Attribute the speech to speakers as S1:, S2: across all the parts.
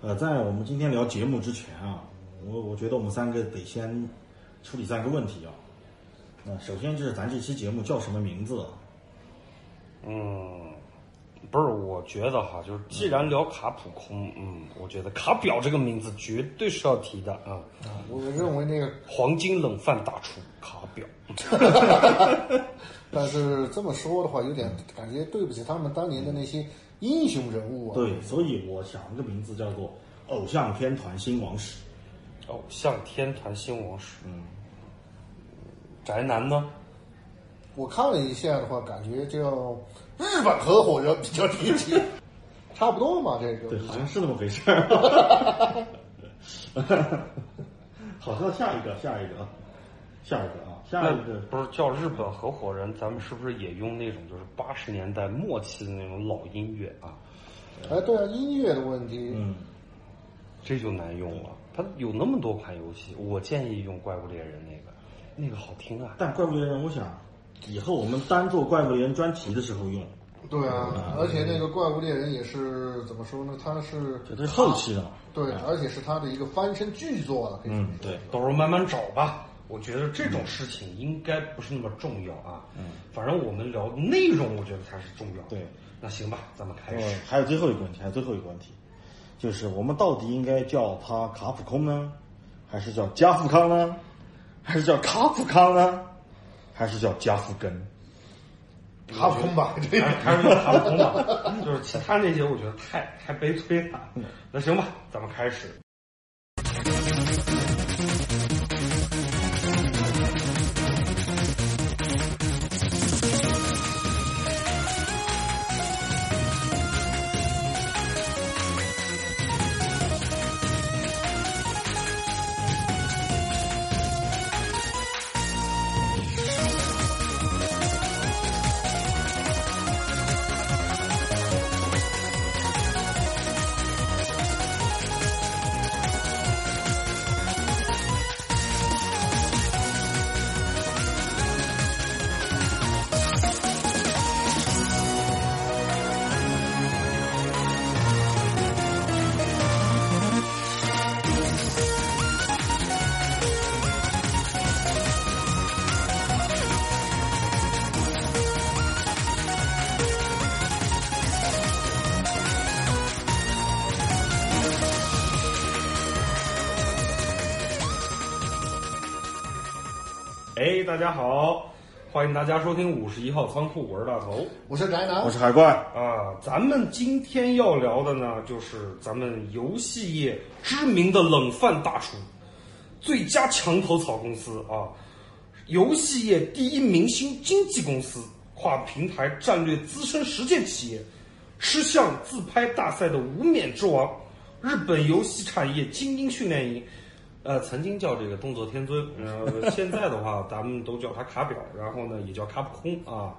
S1: 呃，在我们今天聊节目之前啊，我我觉得我们三个得先处理三个问题啊。那首先就是咱这期节目叫什么名字？啊
S2: 嗯，不是，我觉得哈，就是既然聊卡普空，嗯，我觉得卡表这个名字绝对是要提的啊。
S3: 啊，我认为那个，
S2: 黄金冷饭大厨卡表，
S3: 但是这么说的话，有点感觉对不起他们当年的那些英雄人物啊。，
S1: 对，所以我想一个名字叫做《偶像天团新王史
S2: 偶像哦天团新王室，嗯，宅男呢？
S3: 我看了一下的话，感觉叫日本合伙人比较贴切，差不多嘛，这》。个。
S1: 对，好像是那么回事儿。 好，那下一个，下一个，啊下一个啊，下
S2: 那
S1: 一个。
S2: 不是叫日本合伙人，咱们是不是也用那种就是八十年代末期的那种老音乐啊？
S3: 哎，对啊，音乐的问题，
S1: 嗯，
S2: 这就难用了。它有那么多款游戏，我建议用怪物猎人那个，那个好听啊。
S1: 但怪物猎人，我想以后我们单做怪物猎人专题的时候用，
S3: 对
S1: 嗯
S3: 啊，而且那个怪物猎人也是怎么说呢？他是
S1: 这是后期的嘛。
S3: 对，而且是他的一个翻身巨作了，可以说。
S1: 嗯，对，
S2: 到时候慢慢找吧。我觉得这种事情应该不是那么重要啊。嗯，反正我们聊内容，我觉得才是重要。
S1: 对，
S2: 那行吧，咱们开
S1: 呃
S2: 始。，
S1: 还有最后一个问题，还有最后一个问题，就是我们到底应该叫他卡普空呢，还是叫加富康呢，还是叫卡普康呢，还是叫加富根？
S3: 卡普空吧，这个
S2: 还是用卡通吧，就是其他那些我觉得太太悲催了。那行吧，咱们开始。哎，大家好，欢迎大家收听五十一号仓库，我是大头。
S3: 我是宅男
S1: 我，是海怪，
S2: 啊，咱们今天要聊的呢，就是咱们游戏业知名的冷饭大厨，最佳墙头草公司啊，游戏业第一明星经纪公司，跨平台战略资深实践企业，吃相自拍大赛的无冕之王，日本游戏产业精英训练营。呃，曾经叫这个动作天尊，然后现在的话，咱们都叫它卡表，然后呢也叫卡普空啊。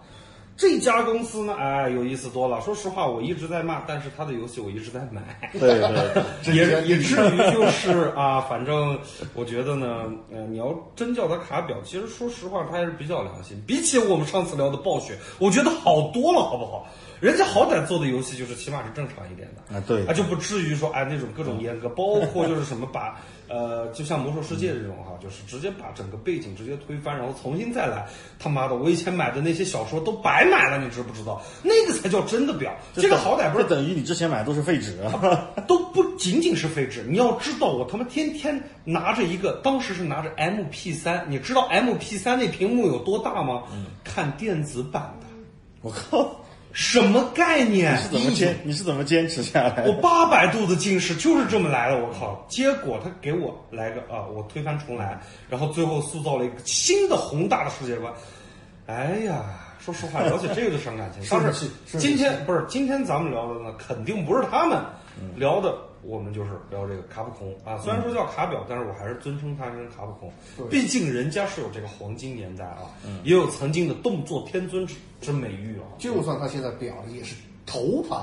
S2: 这家公司呢，哎，有意思多了。说实话，我一直在骂，但是它的游戏我一直在买，
S1: 对对对，
S2: 也也至于就是啊，反正我觉得呢，呃，你要真叫它卡表，其实说实话，它还是比较良心。比起我们上次聊的暴雪，我觉得好多了，好不好？人家好歹做的游戏就是起码是正常一点的，
S1: 啊对
S2: 啊，就不至于说哎那种各种阉割，包括就是什么把呃，就像魔兽世界这种哈、就是直接把整个背景直接推翻，然后重新再来。他妈的，我以前买的那些小说都白买了，你知不知道？那个才叫真的表， 这个好歹不是
S1: 这等于你之前买的都是废纸啊。
S2: 都不仅仅是废纸，你要知道，我他妈天天拿着一个，当时是拿着 MP 三，你知道 MP 三那屏幕有多大吗？
S1: 嗯
S2: 看电子版的，
S1: 我靠，
S2: 什么概念？
S1: 你是怎么坚？你是怎么坚持下来
S2: 我
S1: 的？
S2: 八百度的近视就是这么来的，我靠！结果他给我来个啊，我推翻重来，然后最后塑造了一个新的宏大的世界观。哎呀，说实话，聊起这个就伤感情。
S3: 是
S2: 当
S3: 不
S2: 时
S3: 是是
S2: 今天不是今天咱们聊的呢，肯定不是他们聊的。我们就是聊这个卡普空啊，虽然说叫卡表，但是我还是尊称它跟卡普空，毕竟人家是有这个黄金年代啊，也有曾经的动作天尊之之美誉啊。
S3: 就算他现在表了，也是头牌。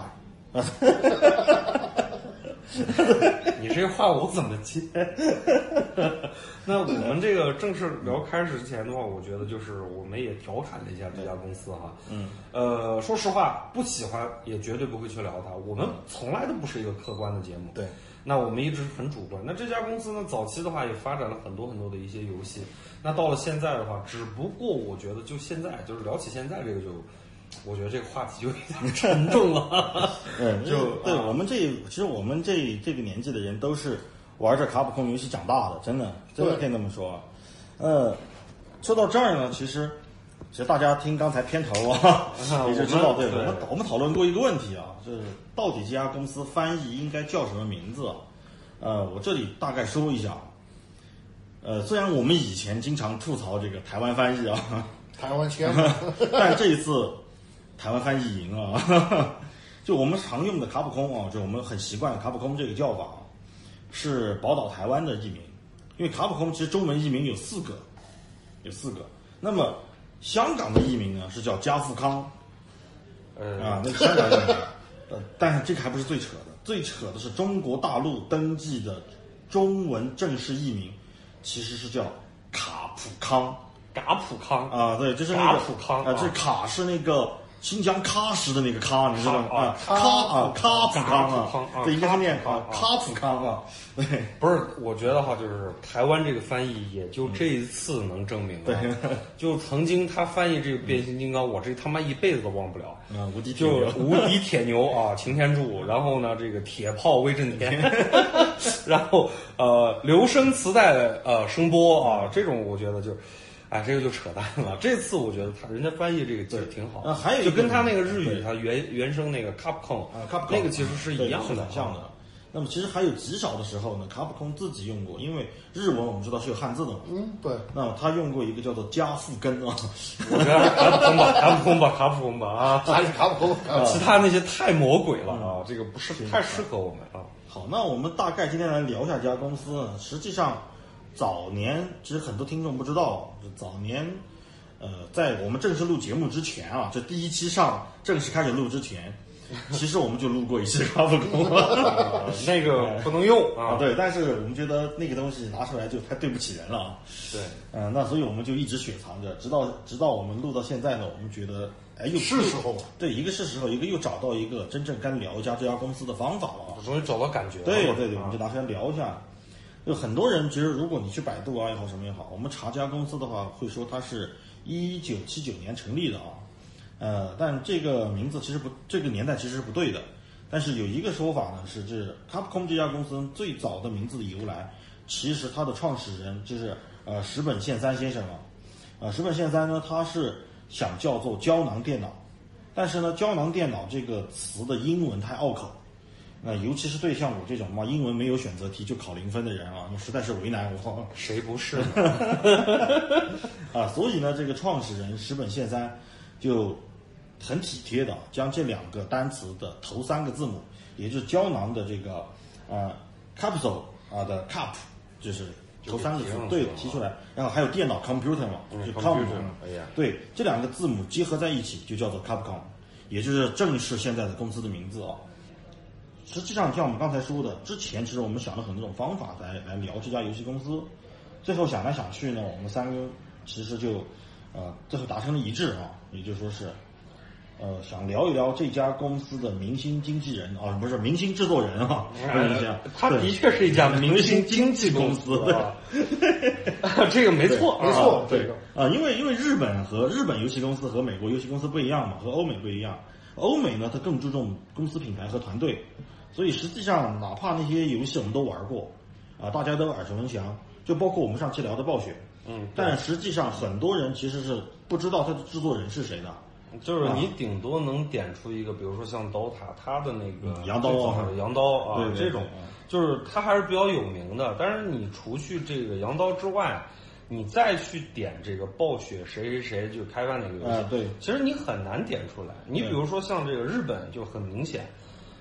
S2: 你这话我怎么接？ 那我们这个正式聊开始之前的话，我觉得就是我们也调侃了一下这家公司哈。嗯。呃，说实话，不喜欢也绝对不会去聊它。我们从来都不是一个客观的节目。
S1: 对。
S2: 那我们一直很主观。那这家公司呢，早期的话也发展了很多很多的一些游戏。那到了现在的话，只不过我觉得就现在就是聊起现在这个就，我觉得这个话题就有点沉重了。
S1: 嗯，
S2: 就
S1: 对
S2: 啊
S1: 我们这，其实我们这这个年纪的人都是玩着卡普空游戏长大的，真的，真的
S3: 对
S1: 可以这么说。呃，说到这儿呢，其实其实大家听刚才片头啊，也就知道，
S2: 我
S1: 对
S2: 们
S1: 我们
S2: 对
S1: 我们讨论过一个问题啊，就是到底这家公司翻译应该叫什么名字啊？呃，我这里大概说一下啊。呃，虽然我们以前经常吐槽这个台湾翻译啊，
S3: 台湾 签嘛，
S1: 但这一次台湾翻译赢了啊， 就我们常用的卡普空啊，就我们很习惯的卡普空这个叫法啊，是宝岛台湾的译名，因为卡普空其实中文译名有四个，有四个。那么香港的译名呢是叫加富康
S2: 呃，
S1: 啊，那个香港译名，呃但是这个还不是最扯的，最扯的是中国大陆登记的中文正式译名其实是叫卡普康。
S2: 嘎普康
S1: 啊，对，就是那个
S2: 卡普康
S1: 啊，
S2: 啊
S1: 这卡是那个新疆喀什的那个喀，你知道吗？
S2: 啊
S1: 啊，
S2: 卡
S1: 喀啊，喀普康
S2: 卡普康
S1: 啊，
S2: 啊
S1: 对，应该是念啊，
S2: 卡
S1: 喀普康啊， 对，
S2: 不是，我觉得哈，就是台湾这个翻译，也就这一次能证明了。就曾经他翻译这个变形金刚，我这他妈一辈子都忘 不了。
S1: 啊，无敌铁
S2: 就
S1: 牛，
S2: 无敌铁牛啊， 擎天柱，然后呢，这个铁炮威 震天，然后呃，留声磁带呃声波啊，这种我觉得就，哎，这个就扯淡了。 这次我觉得他人家翻译这个其实挺好，
S1: 呃还有一个
S2: 就跟他那个日
S1: 对
S2: 语他原原声那个 Capcom
S1: 啊，卡普康
S2: 那个其实是一样
S1: 对是
S2: 的啊
S1: 很，像的。那么其实还有极少的时候呢，卡普空自己用过，因为日文我们知道是有汉字的嘛，
S3: 嗯，对，
S1: 那么他用过一个叫做加富根啊，
S2: 我觉得卡普空吧，卡普空吧，卡普空吧啊。
S3: 还是卡普空。
S2: 啊，其他那些太魔鬼了啊，这个不是太适合我们啊。
S1: 好，那我们大概今天来聊一下这家公司呢。实际上，早年其实很多听众不知道，就早年，呃，在我们正式录节目之前啊，这第一期上正式开始录之 前，其实我们就录过一期卡普空 了
S2: 呃那个不能用
S1: 啊。
S2: 啊，
S1: 对，但是我们觉得那个东西拿出来就太对不起人了啊。
S2: 对，
S1: 嗯、那所以我们就一直雪藏着，直到直到我们录到现在呢，我们觉得，哎，又
S3: 是时候了。
S1: 对，一个是时候，一个又找到一个真正该聊一下这家公司的方法了啊。
S2: 终于找到感觉了。
S1: 对对对，我
S2: 啊
S1: 们就拿出来聊一下。就很多人其实，如果你去百度啊也好，什么也好，我们查这家公司的话，会说它是一九七九年成立的啊。呃，但这个名字其实不，这个年代其实是不对的。但是有一个说法呢，是这 Capcom 这家公司最早的名字的由来，其实它的创始人就是呃石本宪三先生啊。呃，石本宪三呢，他是想叫做胶囊电脑，但是呢，胶囊电脑这个词的英文太拗口，那尤其是对像我这种嘛，英文没有选择题就考零分的人啊，那实在是为难我
S2: 谁不是呢？
S1: 啊。所以呢，这个创始人石本宪三就很体贴的将这两个单词的头三个字母，也就是胶囊的这个呃 capsule 啊的 cap，就是头三个字
S2: 就给提上去
S1: 对
S2: 了啊
S1: 提出来，然后还有电脑 computer 嘛，就是 com，
S2: computer，哎呀
S1: 对，这两个字母结合在一起就叫做 Capcom，也就是正式现在的公司的名字啊、实际上，像我们刚才说的，之前其实我们想了很多种方法来来聊这家游戏公司，最后想来想去呢，我们三个其实就，呃，最后达成了一致啊，也就是说是，呃，想聊一聊这家公司的明星经纪人啊，不是明星制作人啊，不是这样，
S2: 呃他
S1: 对
S2: 的确是一家明星经纪公司啊， 这个没错，
S3: 没错
S2: 啊
S3: 对
S1: 对啊，因为因为日本和日本游戏公司和美国游戏公司不一样嘛，和欧美不一样。欧美呢，它更注重公司品牌和团队，所以实际上哪怕那些游戏我们都玩过，啊，大家都耳熟能详，就包括我们上期聊的暴雪，
S2: 嗯，
S1: 但实际上很多人其实是不知道它的制作人是谁的。啊
S2: 就是你顶多能点出一个，比如说像刀塔，它的那个
S1: 嗯羊刀啊
S2: 最早的羊刀啊，
S1: 对对对
S2: 这种
S1: 嗯，
S2: 就是它还是比较有名的。但是你除去这个羊刀之外，你再去点这个暴雪谁谁谁就开发哪个游戏，
S1: 啊对
S2: 其实你很难点出来。你比如说像这个日本就很明显，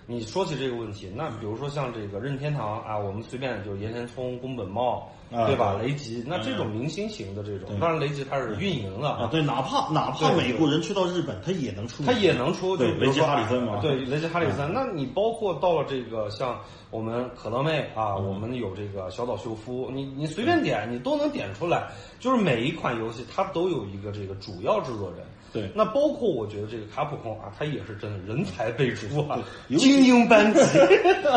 S2: 你说起这个问题，那比如说像这个任天堂啊，我们随便就是岩田聪、宫本茂，
S1: 啊
S2: 对吧？雷吉，那这种明星型的这种，当然雷吉他是运营的
S1: 啊，
S2: 啊，
S1: 对，哪怕哪怕
S2: 对
S1: 美国人去到日本，他也能出名，
S2: 他也能出，就
S1: 对
S2: 比
S1: 雷
S2: 如
S1: 吉
S2: 说
S1: 哈里森嘛，嗯
S2: 对雷吉哈里森。那你包括到了这个像我们可乐妹啊，
S1: 嗯
S2: 我们有这个小岛秀夫，你你随便点，你都能点出来。就是每一款游戏它都有一个这个主要制作人。
S1: 对
S2: 那包括我觉得这个卡普空啊，他也是真的人才辈出啊，
S1: 尤其
S2: 精英班级，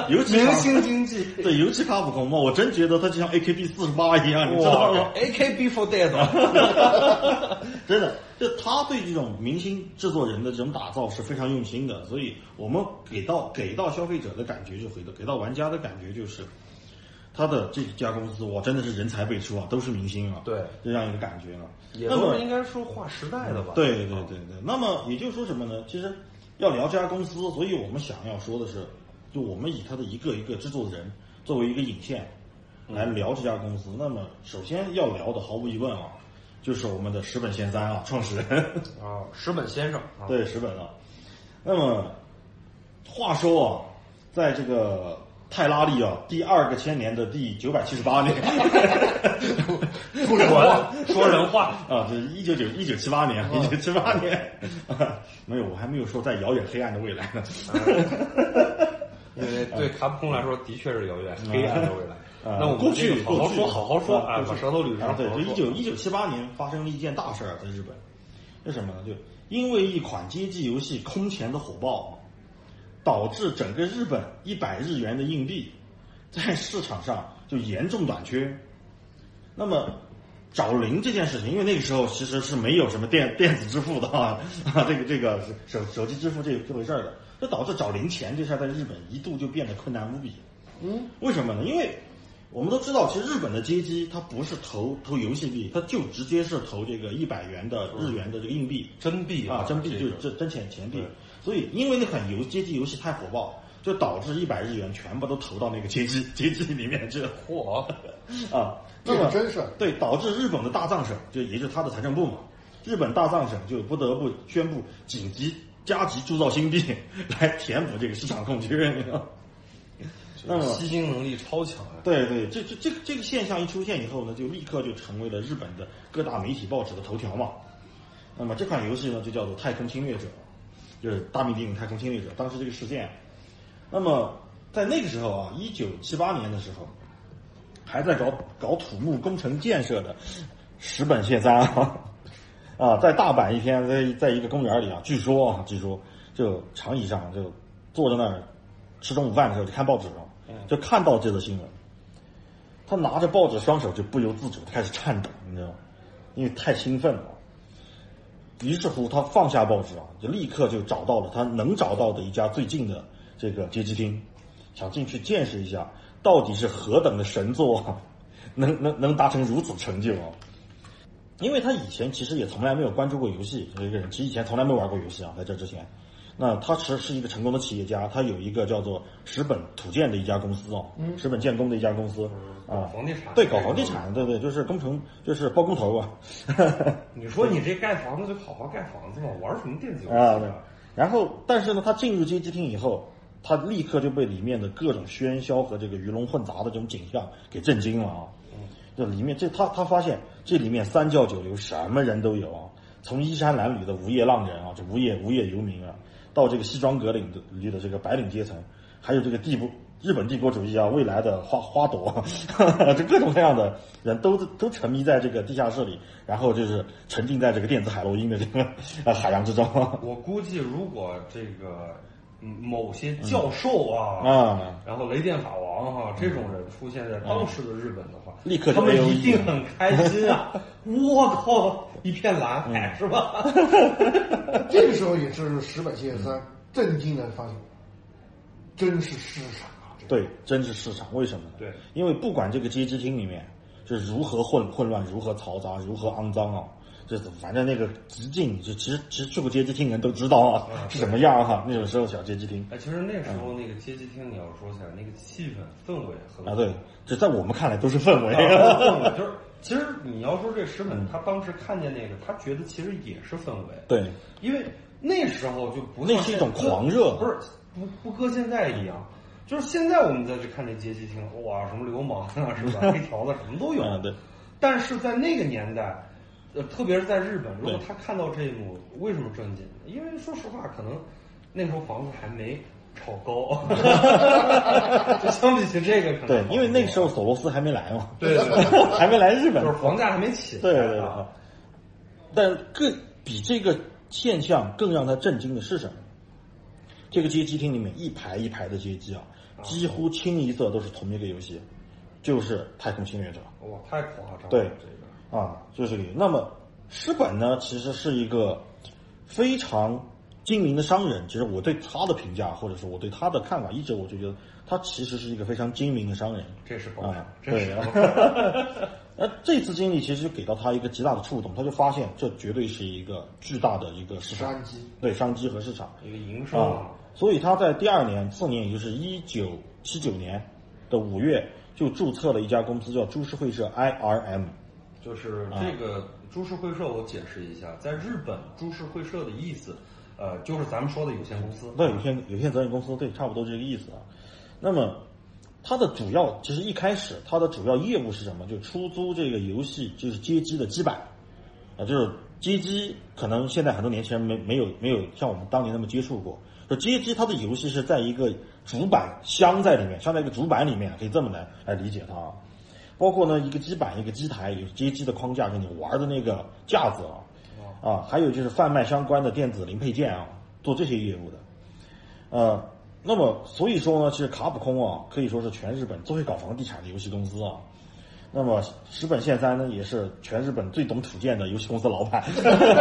S1: 尤其
S2: 明
S1: 卡
S2: 星经济。
S1: 对，尤其卡普空嘛，我真觉得他就像 AKB 四十八一样，你知道吗？
S2: a k b for dead，啊
S1: 真的，就他对这种明星制作人的这种打造是非常用心的，所以我们给到给到消费者的感觉就回到给到玩家的感觉就是，他的这家公司哇，真的是人才辈出啊，都是明星啊，
S2: 对
S1: 这样一个感觉了。
S2: 也
S1: 那么
S2: 都是应该说划时代的吧？啊
S1: 对对对对，那么也就是说什么呢？其实要聊这家公司，所以我们想要说的是，就我们以他的一个一个制作人作为一个引线来聊这家公司。那么首先要聊的，毫无疑问啊，就是我们的石本贤三啊，创始人，
S2: 啊，石本先生啊，
S1: 对石本啊。那么话说啊，在这个泰拉利啊第二个千年的第九百七十八年。
S3: 不然 话，
S2: 说人话，
S1: 啊，这一九九一九七八年，
S2: 哦
S1: 一九七八年， 没有，我还没有说在遥远黑暗的未来 呢。
S2: 因为对卡普空来说的确是遥远黑暗的未来。
S1: 啊
S2: 那我
S1: 嗯
S2: 们
S1: 过去
S2: 这个好好
S1: 过去
S2: 说，好好说啊，
S1: 过
S2: 把
S1: 去
S2: 舌头捋直。
S1: 啊，对，就
S2: 好好
S1: 一
S2: 说
S1: 九一九七八年发生了一件大事儿，在日本，是什么呢？就因为一款街机游戏空前的火爆，导致整个日本一百日元的硬币在市场上就严重短缺。那么找零这件事情，因为那个时候其实是没有什么电电子支付的啊，啊这个这个手手机支付这这回事儿的，这导致找零钱这事儿在日本一度就变得困难无比。嗯，为什么呢？因为我们都知道，其实日本的街机它不是投投游戏币，它就直接是投这个一百元的日元的这个硬币。
S2: 真
S3: 嗯
S2: 币
S1: 啊，真币
S2: 这
S1: 就
S2: 个
S1: 真真钱钱币
S2: 对。
S1: 所以因为那款游街机游戏太火爆，就导致一百日元全部都投到那个街机街机里面去了
S2: 嚯，
S1: 啊。
S3: 嗯这
S1: 那
S3: 个
S1: 么
S3: 真是
S1: 对，导致日本的大藏省，就也就是它的财政部嘛，日本大藏省就不得不宣布紧急加急铸造新币来填补这个市场空缺，你知道吗。那么
S2: 吸金能力超强啊！
S1: 对对，这这这个这个现象一出现以后呢，就立刻就成为了日本的各大媒体报纸的头条嘛。那么这款游戏呢，就叫做《太空侵略者》，就是《大名鼎鼎太空侵略者》。当时这个事件，那么在那个时候啊，一九七八年的时候，还在搞搞土木工程建设的石本宪三啊，啊，在大阪一天，在在一个公园里啊，据说啊，据说就长椅上就坐在那儿吃中午饭的时候就看报纸了，就看到这则新闻，他拿着报纸，双手就不由自主的开始颤抖，你知道吗？因为太兴奋了。于是乎，他放下报纸啊，就立刻就找到了他能找到的一家最近的这个街机厅，想进去见识一下，到底是何等的神作啊，能能能达成如此成就啊！因为他以前其实也从来没有关注过游戏，这个人其实以前从来没玩过游戏啊，在这之前，那他其实是一个成功的企业家，他有一个叫做石本土建的一家公司哦，石本建工的一家公司
S2: 搞
S1: 啊，
S2: 房地产
S1: 对，搞房地产，对对，就是工程，就是包工头啊，
S2: 你说你这盖房子就好好盖房子嘛，玩什么电子游戏
S1: 啊，对。然后，但是呢，他进入街机厅以后，他立刻就被里面的各种喧嚣和这个鱼龙混杂的这种景象给震惊了啊！这里面这他他发现这里面三教九流什么人都有啊，从衣衫褴褛的无业浪人啊，这无业无业游民啊，到这个西装革领的履的这个白领阶层，还有这个帝国日本帝国主义啊，未来的花花朵， 这各种各样的人都都沉迷在这个地下室里，然后就是沉浸在这个电子海洛因的这个 呃海洋之中。
S2: 我估计如果这个嗯某些教授啊，
S1: 啊，嗯
S2: 然后雷电法王哈、这种人出现在当时的日本的话，
S1: 立刻就 E
S2: 他们
S1: AOE
S2: 一定很开 心啊！我靠，一片蓝
S1: 嗯
S2: 海、是吧？
S3: 这个时候也是石本宪三震惊的发现，真是市场啊！这
S1: 对，真是市场，为什么呢？
S2: 对，
S1: 因为不管这个街机厅里面就是如何混混乱，如何嘈杂，如何肮脏啊，就是反正那个直径，就其实其实去过街机厅的人都知道啊，
S2: 嗯
S1: 是什么样哈、那种时候小街机厅
S2: 哎，其实那时候那个街机厅，你要说起来，那个气氛氛围很
S1: 啊，对，这在我们看来都是氛围。
S2: 氛围就是，其实你要说这石本，他当时看见那个，他觉得其实也是氛围，
S1: 对，
S2: 因为那时候就不
S1: 那
S2: 像
S1: 是一
S2: 现
S1: 种
S2: 在
S1: 狂热
S2: 不是不不搁现在一样。就是现在我们再去看这街机厅，哇，什么流氓啊，是吧？ 黑条子什么都有。
S1: 嗯对。
S2: 但是在那个年代，呃，特别是在日本，如果
S1: 对
S2: 他看到这一幕，为什么震惊？因为说实话，可能那时候房子还没炒 高，就相比起这个，可能
S1: 对
S2: 好，
S1: 因为那个时候
S2: 多
S1: 索罗斯还没来嘛，
S2: 对对对
S1: 还没来日本
S2: 就是，房价还没起来、啊，
S1: 对对对对。但更比这个现象更让他震惊的是什么？这个街机厅里面一排一排的街机啊，几乎清一色都是同一个游戏，就是《太空侵略者》。
S2: 哇，太夸张了，
S1: 对
S2: 这个
S1: 啊，就是这个。那么石本呢，其实是一个非常精明的商人。其实我对他的评价，或者说我对他的看法，一直我就觉得他其实是一个非常精明的商人。
S2: 这是高产
S1: 啊，，
S2: 真是
S1: 对
S2: 高
S1: 啊
S2: 产。
S1: 那这次经历其实就给到他一个极大的触动，他就发现这绝对是一个巨大的一个市场
S3: 商机，
S1: 对商机和市场
S2: 一个营收
S1: 啊。所以他在第二年，次年也就是一九七九年的五月，就注册了一家公司叫株式会社 IRM。
S2: 就是
S1: 啊
S2: 这个株式会社，我解释一下，在日本株式会社的意思，呃，就是咱们说的有限公司。
S1: 对，有限有限责任公司，对，差不多这个意思啊。那么，它的主要其实一开始它的主要业务是什么？就出租这个游戏，就是街机的基板啊，就是街机。可能现在很多年轻人没没有没有像我们当年那么接触过。就街机它的游戏是在一个主板箱在里面，像在一个主板里面，可以这么来来理解它啊。包括呢，一个基板，一个机台，有街机的框架跟你玩的那个架子啊，啊，还有就是贩卖相关的电子零配件啊，做这些业务的。呃，那么所以说呢，其实卡普空啊，可以说是全日本最会搞房地产的游戏公司啊。那么石本宪三呢，也是全日本最懂土建的游戏公司老板。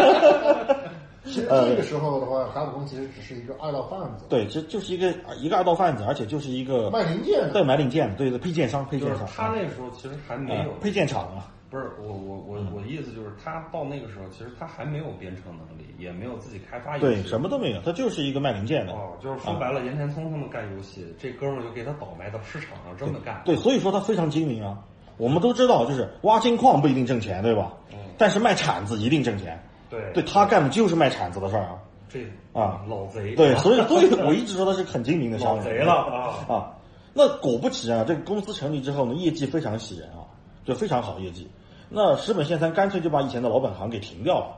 S1: 嗯
S3: 其实这个时候的话，卡普空其实只是一个二道贩子，
S1: 对，这就是一个一个二道贩子，而且就是一个
S3: 卖零件的。
S1: 对买零件的，对对，配件商、配
S2: 就
S1: 件
S2: 是
S1: 商，啊
S2: 他那时候其实还没有，
S1: 嗯配嗯件厂啊。
S2: 不是我我我我的意思就是他到那个时候，其实他还没有编程能力，也没有自己开发游
S1: 对，
S2: 戏，
S1: 什么都啊没有，他就是一个卖零件的。
S2: 哦，就是说白了，岩田聪他们干游戏，这哥们儿就给他倒卖到市场上这么干。
S1: 对，所以说他非常精明啊。我们都知道，就是挖金矿不一定挣钱，对吧？但是卖铲子一定挣钱。
S2: 嗯对
S1: 对他干的就是卖铲子的事儿啊。
S2: 这
S1: 啊
S2: 老贼
S1: 对，所以所以我一直说他是很精明的商人。
S2: 老贼了啊！
S1: 啊，那果不其然，啊这个公司成立之后呢，业绩非常喜人啊，就非常好业绩。那石本宪三干脆就把以前的老本行给停掉了，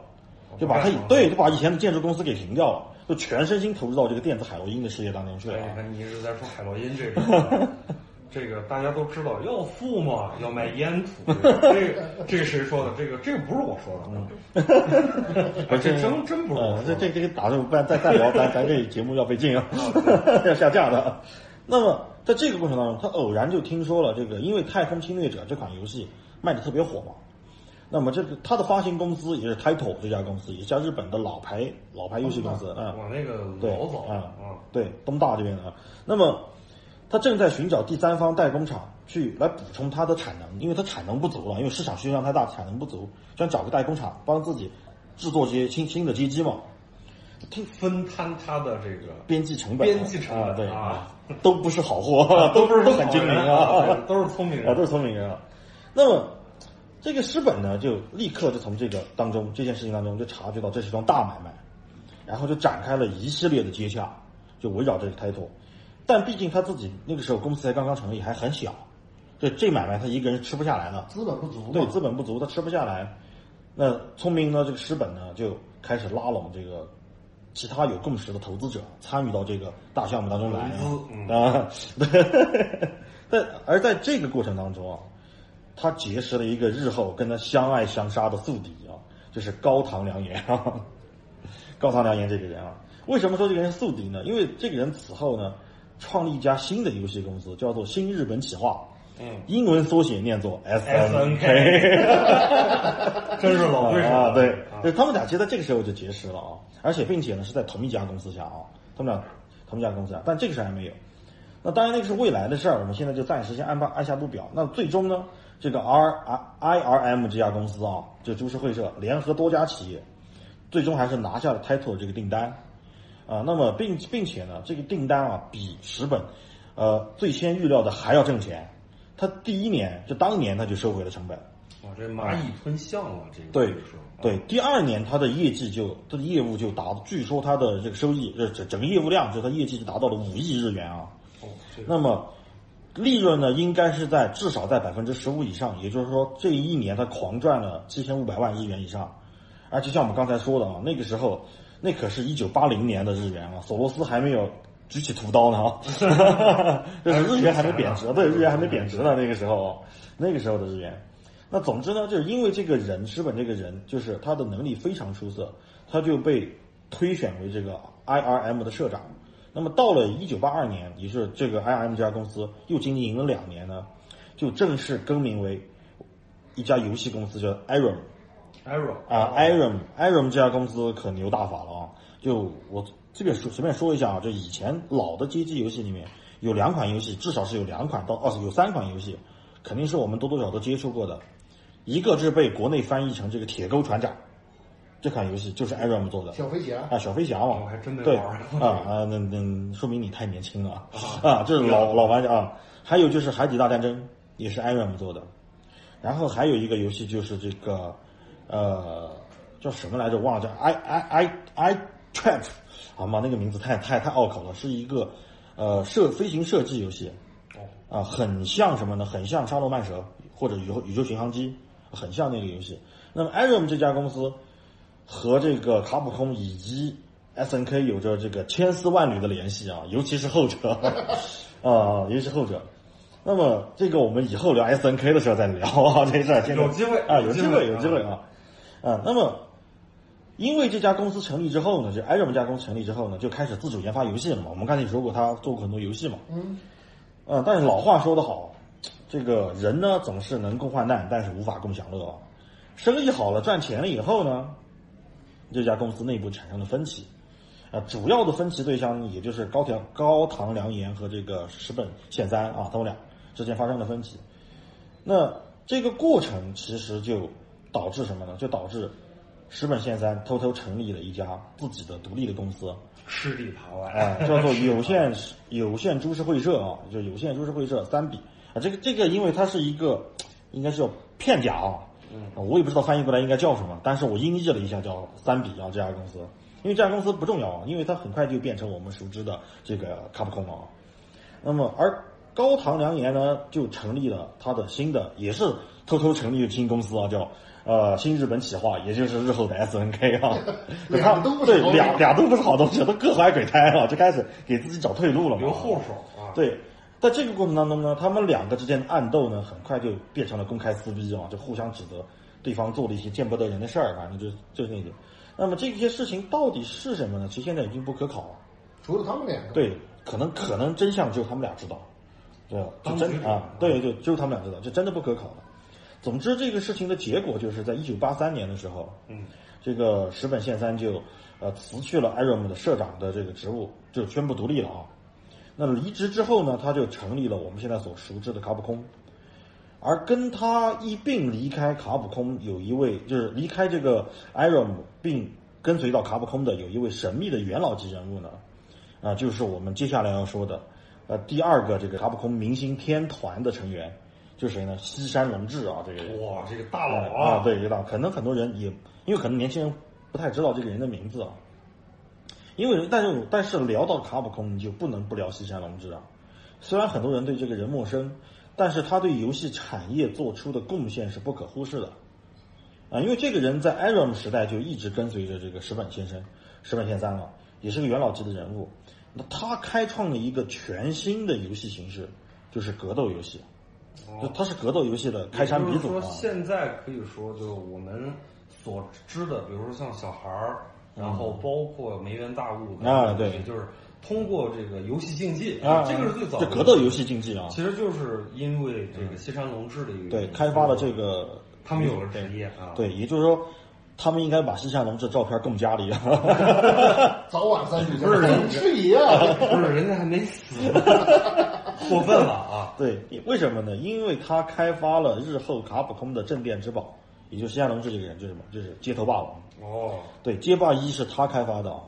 S1: 就把他
S2: 不干了
S1: 对，就把以前的建筑公司给停掉了，就全身心投入到这个电子海洛因的事业当中去
S2: 对，
S1: 了
S2: 你
S1: 啊。
S2: 看你一直在说海洛因这 个，这个大家都知道，要富嘛，要卖烟 土。这个这个谁说的？这个这个不是我说的，哎这真真不是
S1: 嗯
S2: 我
S1: 呃，
S2: 说
S1: 这
S2: 的。
S1: 这这个打算不然再再聊，咱咱这节目要被禁啊， 要下架的啊。那么在这个过程当中，他偶然就听说了这个，因为《太空侵略者》这款游戏卖的特别火嘛，那么这个他的发行公司也是 Title 这家公司，也是家日本的老牌老牌游戏公司，嗯，
S2: 我那个
S1: 对，
S2: 老早
S1: 啊
S2: 了啊，
S1: 对，东大这边的啊。那么，他正在寻找第三方代工厂去来补充它的产能，因为它产能不足了，因为市场需求量太大，产能不足，想找个代工厂帮自己制作这些新新的机机嘛，
S2: 分摊他的这个
S1: 边际成本啊，
S2: 边际成本
S1: 啊对
S2: 啊，
S1: 都不是好 货，啊都
S2: 不是
S1: 都很精明
S2: 好人
S1: 啊
S2: 啊，都是聪明
S1: 啊，都
S2: 人。
S1: 是聪明人啊。那么，这个石本呢，就立刻就从这个当中这件事情当中就察觉到这是一桩大买卖，然后就展开了一系列的接洽，就围绕这个 title。但毕竟他自己那个时候公司才刚刚成立，还很小，这这买卖他一个人吃不下来的，
S3: 资本不足
S1: 对
S3: 嘛，
S1: 资本不足，他吃不下来。那聪明呢，这个石本呢就开始拉拢这个其他有共识的投资者参与到这个大项目当中来啊
S2: 融资嗯
S1: 啊。 对但而在这个过程当中啊，他结识了一个日后跟他相爱相杀的宿敌啊，就是高堂良言啊。 高堂良言这个人啊，为什么说这个人是宿敌呢？因为这个人此后呢，创立一家新的游戏公司，叫做新日本企划。
S2: 嗯，
S1: 英文缩写念作
S2: SNK，真 是老对手
S1: 哎啊，对
S2: 啊，
S1: 对，他们俩其实在这个时候就结识了啊，而且并且呢是在同一家公司下啊，他们俩同一家公司下，但这个事儿还没有。那当然，那个是未来的事儿，我们现在就暂时先按吧按下不表。那最终呢，这个 R 啊 I R M 这家公司啊，就株式会社联合多家企业，最终还是拿下了 Title 这个订单啊。那么并并且呢，这个订单啊比石本呃最先预料的还要挣钱，他第一年就当年他就收回了成本，
S2: 哇，这蚂蚁喷象了，这个
S1: 对
S2: 可以说
S1: 对，第二年它的业绩就它的业务就达，据说它的这个收益，这呃整整个业务量，就它业绩就达到了五亿日元啊。
S2: 哦，这个
S1: 那么利润呢，应该是在至少在百分之十五以上，也就是说这一年它狂赚了七千五百万日元以上，而且像我们刚才说的啊，那个时候那可是一九八零年的日元啊，索罗斯还没有举起屠刀呢 啊，就是日元还没贬值，对，日元还没贬值呢，那个时候，啊那个时候的日元。那总之呢，就是因为这个人，石本这个人，就是他的能力非常出色，他就被推选为这个 IRM 的社长。那么到了一九八二年，也就是这个 IRM 这家公司又经营了两年呢，就正式更名为一家游戏公司，叫 IRM。
S2: error
S1: 啊，Iron Iron 这家公司可牛大发了啊！就我这边说随便说一下啊，就以前老的街机游戏里面有两款游戏，至少是有两款到哦有三款游戏，肯定是我们多多少少都接触过的。一个是被国内翻译成这个《铁钩船长》，这款游戏就是 Iron 做的
S3: 小飞侠，
S1: 啊，小飞侠
S2: 我
S1: 嘛
S2: 哦还，真没
S1: 对
S2: 玩
S1: 啊
S2: 儿过
S1: 啊，那那说明你太年轻了啊 啊，这是老老玩家啊。还有就是《海底大战争》也是 IRM 做的，然后还有一个游戏就是这个呃叫什么来着，忘了叫 I I I I Trap，啊妈那个名字太太太拗口了，是一个呃射飞行射击游戏
S2: 哦，
S1: 啊，很像什么呢？很像《沙罗曼蛇》或者《宇宙宇宙巡航机》，很像那个游戏。那么 IRM 这家公司。和这个卡普空以及 SNK 有着这个千丝万缕的联系啊，尤其是后者， 啊，尤其是后者。那么这个我们以后聊 SNK 的时候再聊啊，这事儿现在
S2: 有机会
S1: 啊，
S2: 有
S1: 有
S2: 机
S1: 机
S2: 会
S1: 会，有机会啊，啊，那么因为这家公司成立之后呢，就 IRM 这家公司成立之后呢，就开始自主研发游戏了嘛。我们刚才也说过，他做过很多游戏嘛，
S3: 嗯，
S1: 呃，但是老话说得好，这个人呢总是能共患难，但是无法共享乐啊。生意好了，赚钱了以后呢，这家公司内部产生了分歧，啊、主要的分歧对象也就是高田高堂良彦和这个石本宪三啊，他们俩之间发生了分歧。那这个过程其实就导致什么呢？就导致石本宪三偷偷成立了一家自己的独立的公司，
S2: 吃里扒外，
S1: 哎， 叫做有限有限株式会社啊，就有限株式会社三比啊，这个这个，因为它是一个应该是叫片假啊，嗯，我也不知道翻译过来应该叫什么，但是我音译了一下叫三比啊这家公司，因为这家公司不重要啊，因为它很快就变成我们熟知的这个卡普空啊，那么而高堂良彦呢就成立了他的新的，也是偷偷成立的新公司啊，叫。呃，新日本企划，也就是日后的 SNK 啊，
S3: 俩
S1: 他
S3: 都不
S1: 对
S3: 是好
S1: 俩
S3: 东西
S1: 俩都不是好东西，都各怀鬼胎啊 了，就开始给自己找退路了嘛。
S2: 留后手啊，
S1: 对，在这个过程当中呢，他们两个之间的暗斗呢，很快就变成了公开撕逼啊，就互相指责对方做了一些见不得人的事儿，反正就就是那些。那么这些事情到底是什么呢？其实现在已经不可考了。
S3: 除了他们两个，，
S1: 对，可能可能真相只有他们俩知道，对，就
S2: 当局
S1: 真
S2: 者
S1: 啊，对对，只有他们俩知道，这真的不可考了。总之，这个事情的结果就是在一九八三年的时候，
S2: 嗯，
S1: 这个石本宪三就呃辞去了 IRM 的社长的这个职务，就宣布独立了啊。那离职之后呢，他就成立了我们现在所熟知的卡普空。而跟他一并离开卡普空有一位，就是离开这个 IRM 并跟随到卡普空的有一位神秘的元老级人物呢，啊，就是我们接下来要说的，呃，第二个这个卡普空明星天团的成员，就是谁呢？西山隆志啊，这个人
S2: 哇，这个大佬
S1: 啊，对，一个大，可能很多人也因为可能年轻人不太知道这个人的名字啊，因为但是但是聊到卡普空，你就不能不聊西山隆志啊。虽然很多人对这个人陌生，但是他对游戏产业做出的贡献是不可忽视的。啊，因为这个人在 IRM 时代就一直跟随着这个石本先生、石本宪三了，也是个元老级的人物。那他开创了一个全新的游戏形式，就是格斗游戏。就他是格斗游戏的开山鼻祖
S2: 哦也就是
S1: 啊
S2: 说，！现在可以说，就是我们所知的，比如说像小孩儿，然后包括梅园大悟
S1: 嗯啊对
S2: 也就是通过这个游戏竞技
S1: 啊，
S2: 这个是最早
S1: 这
S2: 的
S1: 格斗游。戏竞技啊，
S2: 其实就是因为这个西山龙志的一个
S1: 对，开发了这，个，
S2: 他们有了职业啊，
S1: 对，也就是说，他们应该把西夏龙这照片供家里啊。
S3: 早晚三比
S2: 不是人
S3: 人是啊一样，
S2: 不是人家还没死， 过分了啊！
S1: 对，为什么呢？因为他开发了日后卡普空的镇店之宝，也就是西夏龙志这个人，就是什么？就是街头霸王。
S2: 哦，
S1: 对，街霸一是他开发的啊，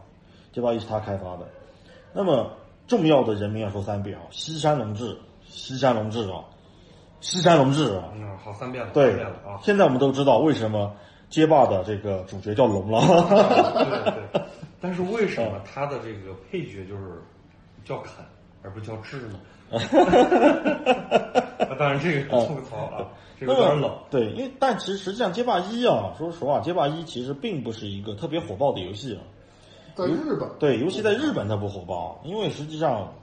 S1: 街霸一是他开发的。那么重要的人名要说三遍啊，西山龙志，西山龙志啊，西山龙志啊，
S2: 嗯，好，三遍了，
S1: 对
S2: 三遍了啊，
S1: 现在我们都知道为什么街霸的这个主角叫龙了，
S2: 对对。但是为什
S1: 嗯
S2: 么他的这个配角就是叫砍而不叫智呢？ 啊当然这个吐槽
S1: 嗯
S2: 啊，这个有点冷。
S1: 对，因为但其实实际上街霸一啊，说实话，街霸一其实并不是一个特别火爆的游戏啊。
S3: 在日 本，
S1: 对，尤其在日本它不火爆，啊因为实际上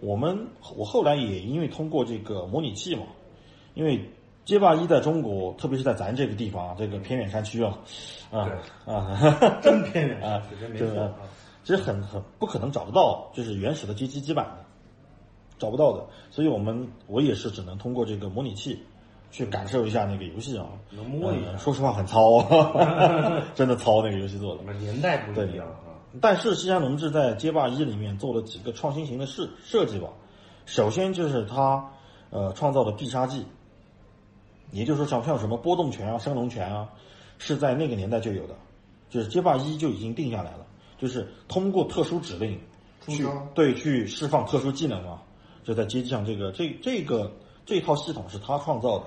S1: 我们我后来也因为通过这个模拟器嘛，因为街霸一在中国，特别是在咱这个地方，啊这个偏远山区啊，啊啊，
S2: 真偏远
S1: 啊
S2: 是真没
S1: 对
S2: 错
S1: 啊其实很很不可能找得到，就是原始的 G 七基版的，找不到的，所以我们我也是只能通过这个模拟器去感受一下那个游戏啊，
S2: 能摸一下
S1: 呃说实话很糙，啊 真的糙那个游戏做的
S2: 我。们年代不一样啊，
S1: 但是西山龙志在街霸一里面做了几个创新型的设设计吧。首先就是他呃创造的必杀技，也就是说像像什么波动拳啊、升龙拳啊，是在那个年代就有的，就是街霸一就已经定下来了，就是通过特殊指令
S3: 出
S1: 去
S3: 招
S1: 对去释放特殊技能嘛，就在街机上这个这这个这套系统是他创造的。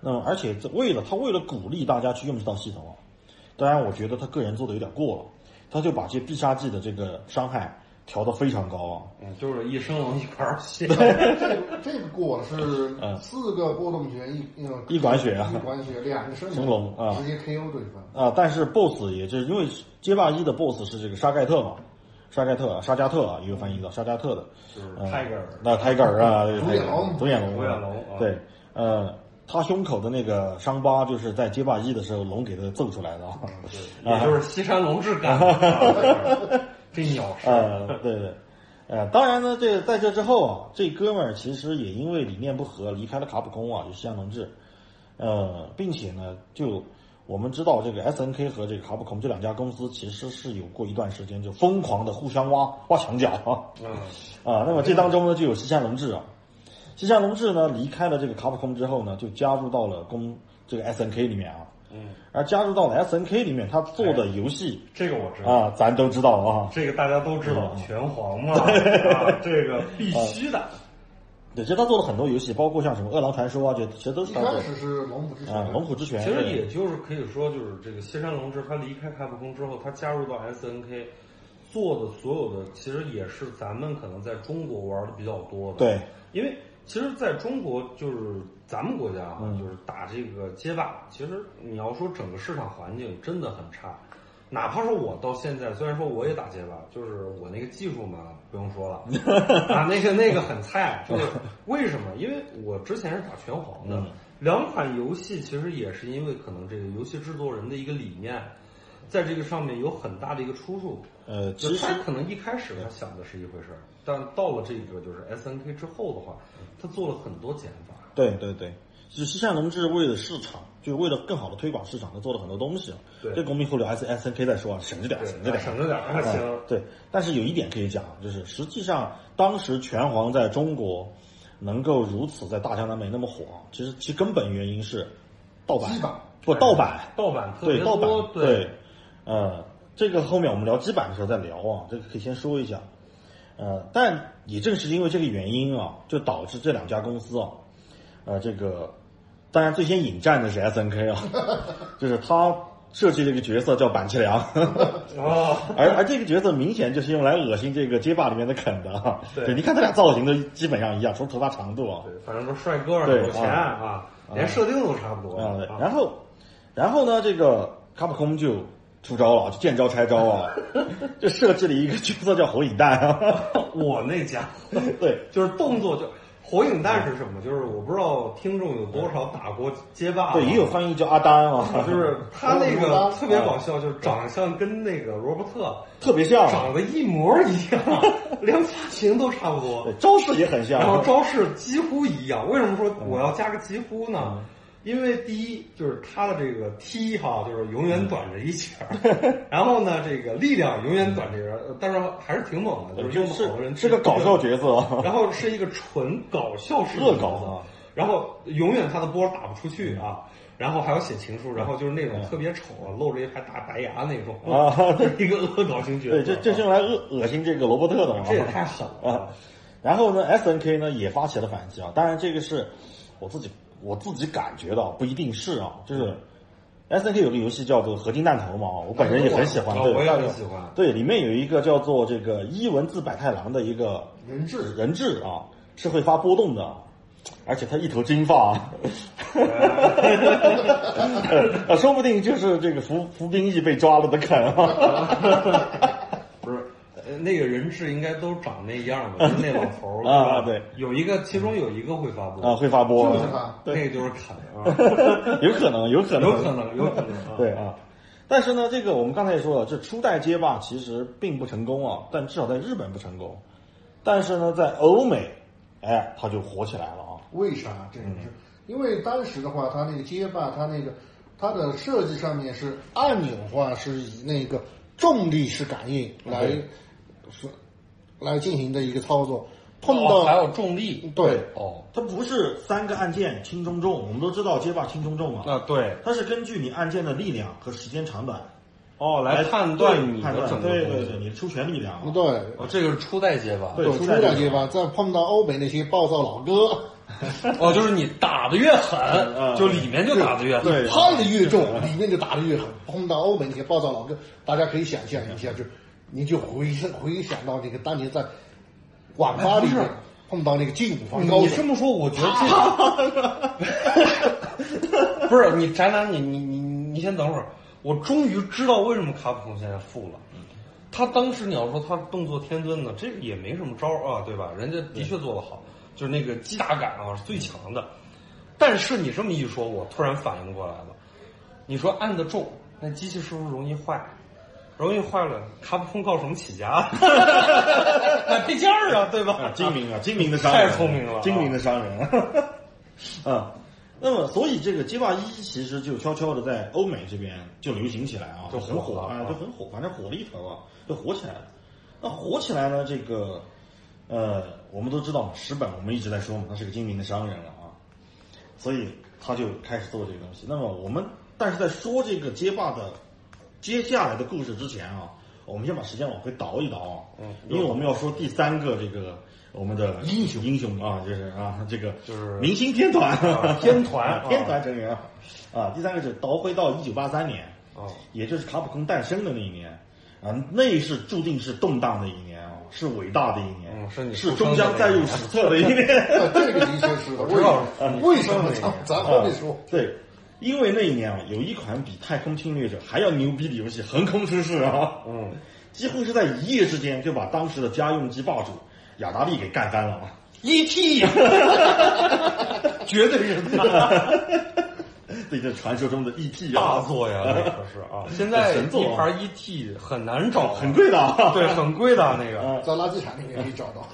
S1: 那么而且这为了他为了鼓励大家去用这套系统啊，当然，我觉得他个人做的有点过了，他就把这必杀技的这个伤害调得非常高啊。
S2: 嗯，就是一生龙一块儿血。
S3: 这个这个过是四个波动拳一
S1: 嗯一管血啊
S3: 一管血两个升
S1: 升龙啊
S3: 直接 KO 对方。
S1: 啊，但是 BOSS 也就是因为街霸一的 BOSS 是这个沙盖特嘛，沙盖特、啊，沙加特啊，也有翻译到沙加特的，
S2: 就是
S1: 嗯
S2: Tiger
S1: 那 Tiger 啊， 这个
S3: 独眼龙
S1: Tiger，独眼龙啊，
S2: 独眼龙啊
S1: 对，呃，他胸口的那个伤疤就是在街霸一的时候龙给他揍出来的啊。
S2: 对，也就是西山龙志 干的啊，这鸟 事儿。
S1: 呃，对对，呃，当然呢，这在这之后啊，这哥们儿其实也因为理念不合离开了卡普空啊，就西乡同志，呃，并且呢，就我们知道这个 S N K 和这个卡普空这两家公司其实是有过一段时间就疯狂的互相挖挖墙脚啊，
S2: 嗯，
S1: 啊，那么这当中呢就有西山龙志啊，西山龙志呢离开了这个卡普空之后呢，就加入到了公这个 S N K 里面啊，
S2: 嗯，
S1: 而加入到了 S N K 里面，他做的游戏
S2: 这个我知道。
S1: 啊，嗯咱都知道啊，
S2: 这个大家都知道，拳皇嘛，啊，这个必须
S1: 啊
S2: 的。
S1: 对，其实他做了很多游戏，包括像什么《饿狼传说》啊，这其实都是
S3: 一
S1: 他做
S3: 开
S1: 的
S3: 始是龙虎之拳
S1: 啊，《龙虎之拳》
S2: 其实
S1: 对
S2: 也就是可以说，就是这个西山龙之他离开卡普空之后，他加入到 SNK 做的所有的，其实也是咱们可能在中国玩的比较多的。，
S1: 对
S2: 因为其实在中国就是咱们国家啊，就是打这个街霸，其实你要说整个市场环境真的很差。哪怕是我到现在，虽然说我也打街霸，就是我那个技术嘛，不用说了啊，那个那个很菜，就是为什么？因为我之前是打拳皇的，两款游戏其实也是因为可能这个游戏制作人的一个理念，在这个上面有很大的一个出入。
S1: 呃，
S2: 就
S1: 其实
S2: 他可能一开始他想的是一回事儿，但到了这个就是 S N K 之后的话，
S1: 嗯
S2: 他做了很多减法。
S1: 对对对，就是西山龙志为了市场，就为了更好的推广市场，他做了很多东西啊。
S2: 对
S1: 这个我们以后聊 S S N K 再说啊，省着点儿，省着点儿。嗯
S2: 省着点儿还行。
S1: 对，但是有一点可以讲，啊就是实际上当时拳皇在中国能够如此在大江南北那么火，其实其根本原因是盗版
S3: 基版，
S1: 不盗版，
S2: 盗版特
S1: 对
S2: 别
S1: 盗版
S2: 多，，
S1: 对，呃，这个后面我们聊基版的时候再聊啊，这个可以先说一下。呃，但也正是因为这个原因啊，就导致这两家公司啊，呃，这个当然最先引战的是 S N K 啊，就是他设计了一个角色叫板崎良，
S2: 啊，
S1: 而而这个角色明显就是用来恶心这个街霸里面的肯的啊，
S2: 对
S1: 你看他俩造型都基本上一样，除了头发长度啊，
S2: 对，反正都帅哥
S1: 对
S2: 有钱啊，连设定都差不多
S1: 啊，对
S2: 啊
S1: 然后，然后呢，这个卡普空就出招了，就见招拆招 啊，就设计了一个角色叫火影弹啊，
S2: 我那家伙
S1: 对，
S2: 就是动作就。火影弹是什么？就是我不知道听众有多少打过街霸啊，
S1: 对，也有翻译叫阿丹啊，
S2: 就是他那个
S3: 嗯
S2: 特别搞笑，就是长相跟那个罗伯特
S1: 特别像，啊
S2: 长得一模一样， 连发型都差不多
S1: 对，招式也很像啊
S2: 然，后招式几乎一样。为什么说
S1: 嗯
S2: 我要加个几乎呢？因为第一就是他的这个踢哈，就是永远短着一截
S1: 嗯
S2: 儿， 然后呢，这个力量永远短着一截儿，但是还是挺猛的，
S1: 对
S2: 就是
S1: 就
S2: 用好多人
S1: 是是个搞笑角色啊，
S2: 然后是一个纯搞笑式的
S1: 恶搞
S2: 啊，然后永远他的波打不出去啊，然后还要写情书，然后就是那种特别丑啊，露着一排大白牙那种
S1: 嗯啊，
S2: 一个恶搞型角
S1: 对，
S2: 色啊，
S1: 这这是用来恶恶心这个罗伯特的嘛，
S2: 这也太狠了
S1: 啊。然后呢，S N K 呢也发起了反击啊，当然这个是我自己我自己感觉到不一定是啊，就是
S2: 嗯
S1: S N K 有个游戏叫做《合金弹头》嘛，我本人也很喜欢，
S4: 啊
S1: 对，
S4: 我也很喜欢
S1: 对，里面有一个叫做这个伊文字百太郎的一个
S3: 人质
S1: 人质啊，是会发波动的，而且他一头金发 啊，呃说不定就是这个服服兵役被抓了的梗啊。
S2: 不是，呃那个人质应该都长那样吧？就是那老头儿
S1: 啊
S2: 吧有一个，其中有一个会发波，
S1: 啊，会发波，
S3: 就是他
S2: 那个就是凯啊，
S1: 有可能，有 可能，
S2: 有可能，有可能啊。
S1: 对啊。但是呢，这个我们刚才也说了，这初代街霸其实并不成功啊，但至少在日本不成功。但是呢，在欧美，哎，它就火起来了啊。
S3: 为啥这种
S2: 嗯
S3: 事？因为当时的话，它那个街霸，它那个它的设计上面是按钮化，是以那个重力式感应来是来进行的一个操作，碰
S2: 哦还
S3: 到
S2: 有重力
S3: 对
S2: 哦，
S1: 它不是三个按键轻中重，我们都知道街霸轻中重嘛，
S4: 啊，对，
S1: 它是根据你按键的力量和时间长短
S4: 哦，来判
S1: 对
S4: 断你
S1: 判
S4: 的
S1: 断
S4: 整个
S1: 对
S4: 东
S1: 对
S4: 西
S1: 对，你的出拳力量啊。
S3: 对
S2: 哦，这个是初代街霸，
S1: 对
S3: 对，出
S1: 出来
S3: 点
S1: 就
S3: 街霸，再碰到欧美那些暴躁老哥，
S2: 哦，就是你打的越
S1: 嗯
S2: 狠，就里面就打的越狠，
S1: 对
S3: 拍的越重，里面就打的越狠。碰到欧美那些暴躁老哥，大家可以想象一下，就你就回想回想到那个当年在网吧里面碰到那个劲舞房高
S2: 哎你
S3: 手
S2: 这，么说，我觉得这不是你宅男，你你你你先等会儿，我终于知道为什么卡普空现在富了。他当时你要说他动作天尊呢，这也没什么招儿啊，对吧？人家的确做得好，就是那个击打感啊是最强的。但是你这么一说，我突然反应过来了，你说按得重，那机器是不是容易坏？容易坏了，卡普空靠什么起家？ 买配件儿啊，对吧
S1: 啊，？精明啊，精明的商人，
S2: 太聪明了
S1: 精明的商人。 啊，那么所以这个街霸一其实就悄悄的在欧美这边就流行起来啊，
S2: 就
S1: 很火
S2: 火了
S1: 啊，
S2: 啊
S1: 就很火，反正火了一头啊，就火起来了。那火起来呢，这个呃，我们都知道嘛，石本我们一直在说嘛，他是个精明的商人了啊，所以他就开始做这个东西。那么我们但是在说这个街霸的接下来的故事之前啊，我们先把时间往回倒一倒啊，嗯，因为我们要说第三个这个我们的英雄英雄啊，就是啊这个
S2: 就是
S1: 明星天团、
S4: 天团啊
S1: 天团成员啊啊，第三个是倒回到一九八三年
S2: 哦，
S1: 也就是卡普空诞生的那一年啊，那是注定是动荡的一年啊，是伟大的一年，
S2: 嗯是你
S1: 是
S2: 出生
S1: 终
S2: 的
S1: 将载入史册的一年。
S3: 呃这个的确是的。
S2: 我
S3: 为
S2: 知道
S3: 什么为什么咱
S1: 啊
S3: 咱后面说？
S1: 对，因为那一年啊，有一款比《太空侵略者》还要牛逼的游戏横空出世啊，嗯，几乎是在一夜之间就把当时的家用机霸主雅达利给干翻了啊。
S2: E.T. 绝对是大
S1: 对，这传说中的 ET
S2: 大
S1: 啊，
S2: 作呀，那可是啊！现在
S1: 神作啊
S2: 一盘 E.T. 很难找，
S1: 很贵的啊。
S2: 对，很贵的那个。
S3: 在垃圾场里面可以找到。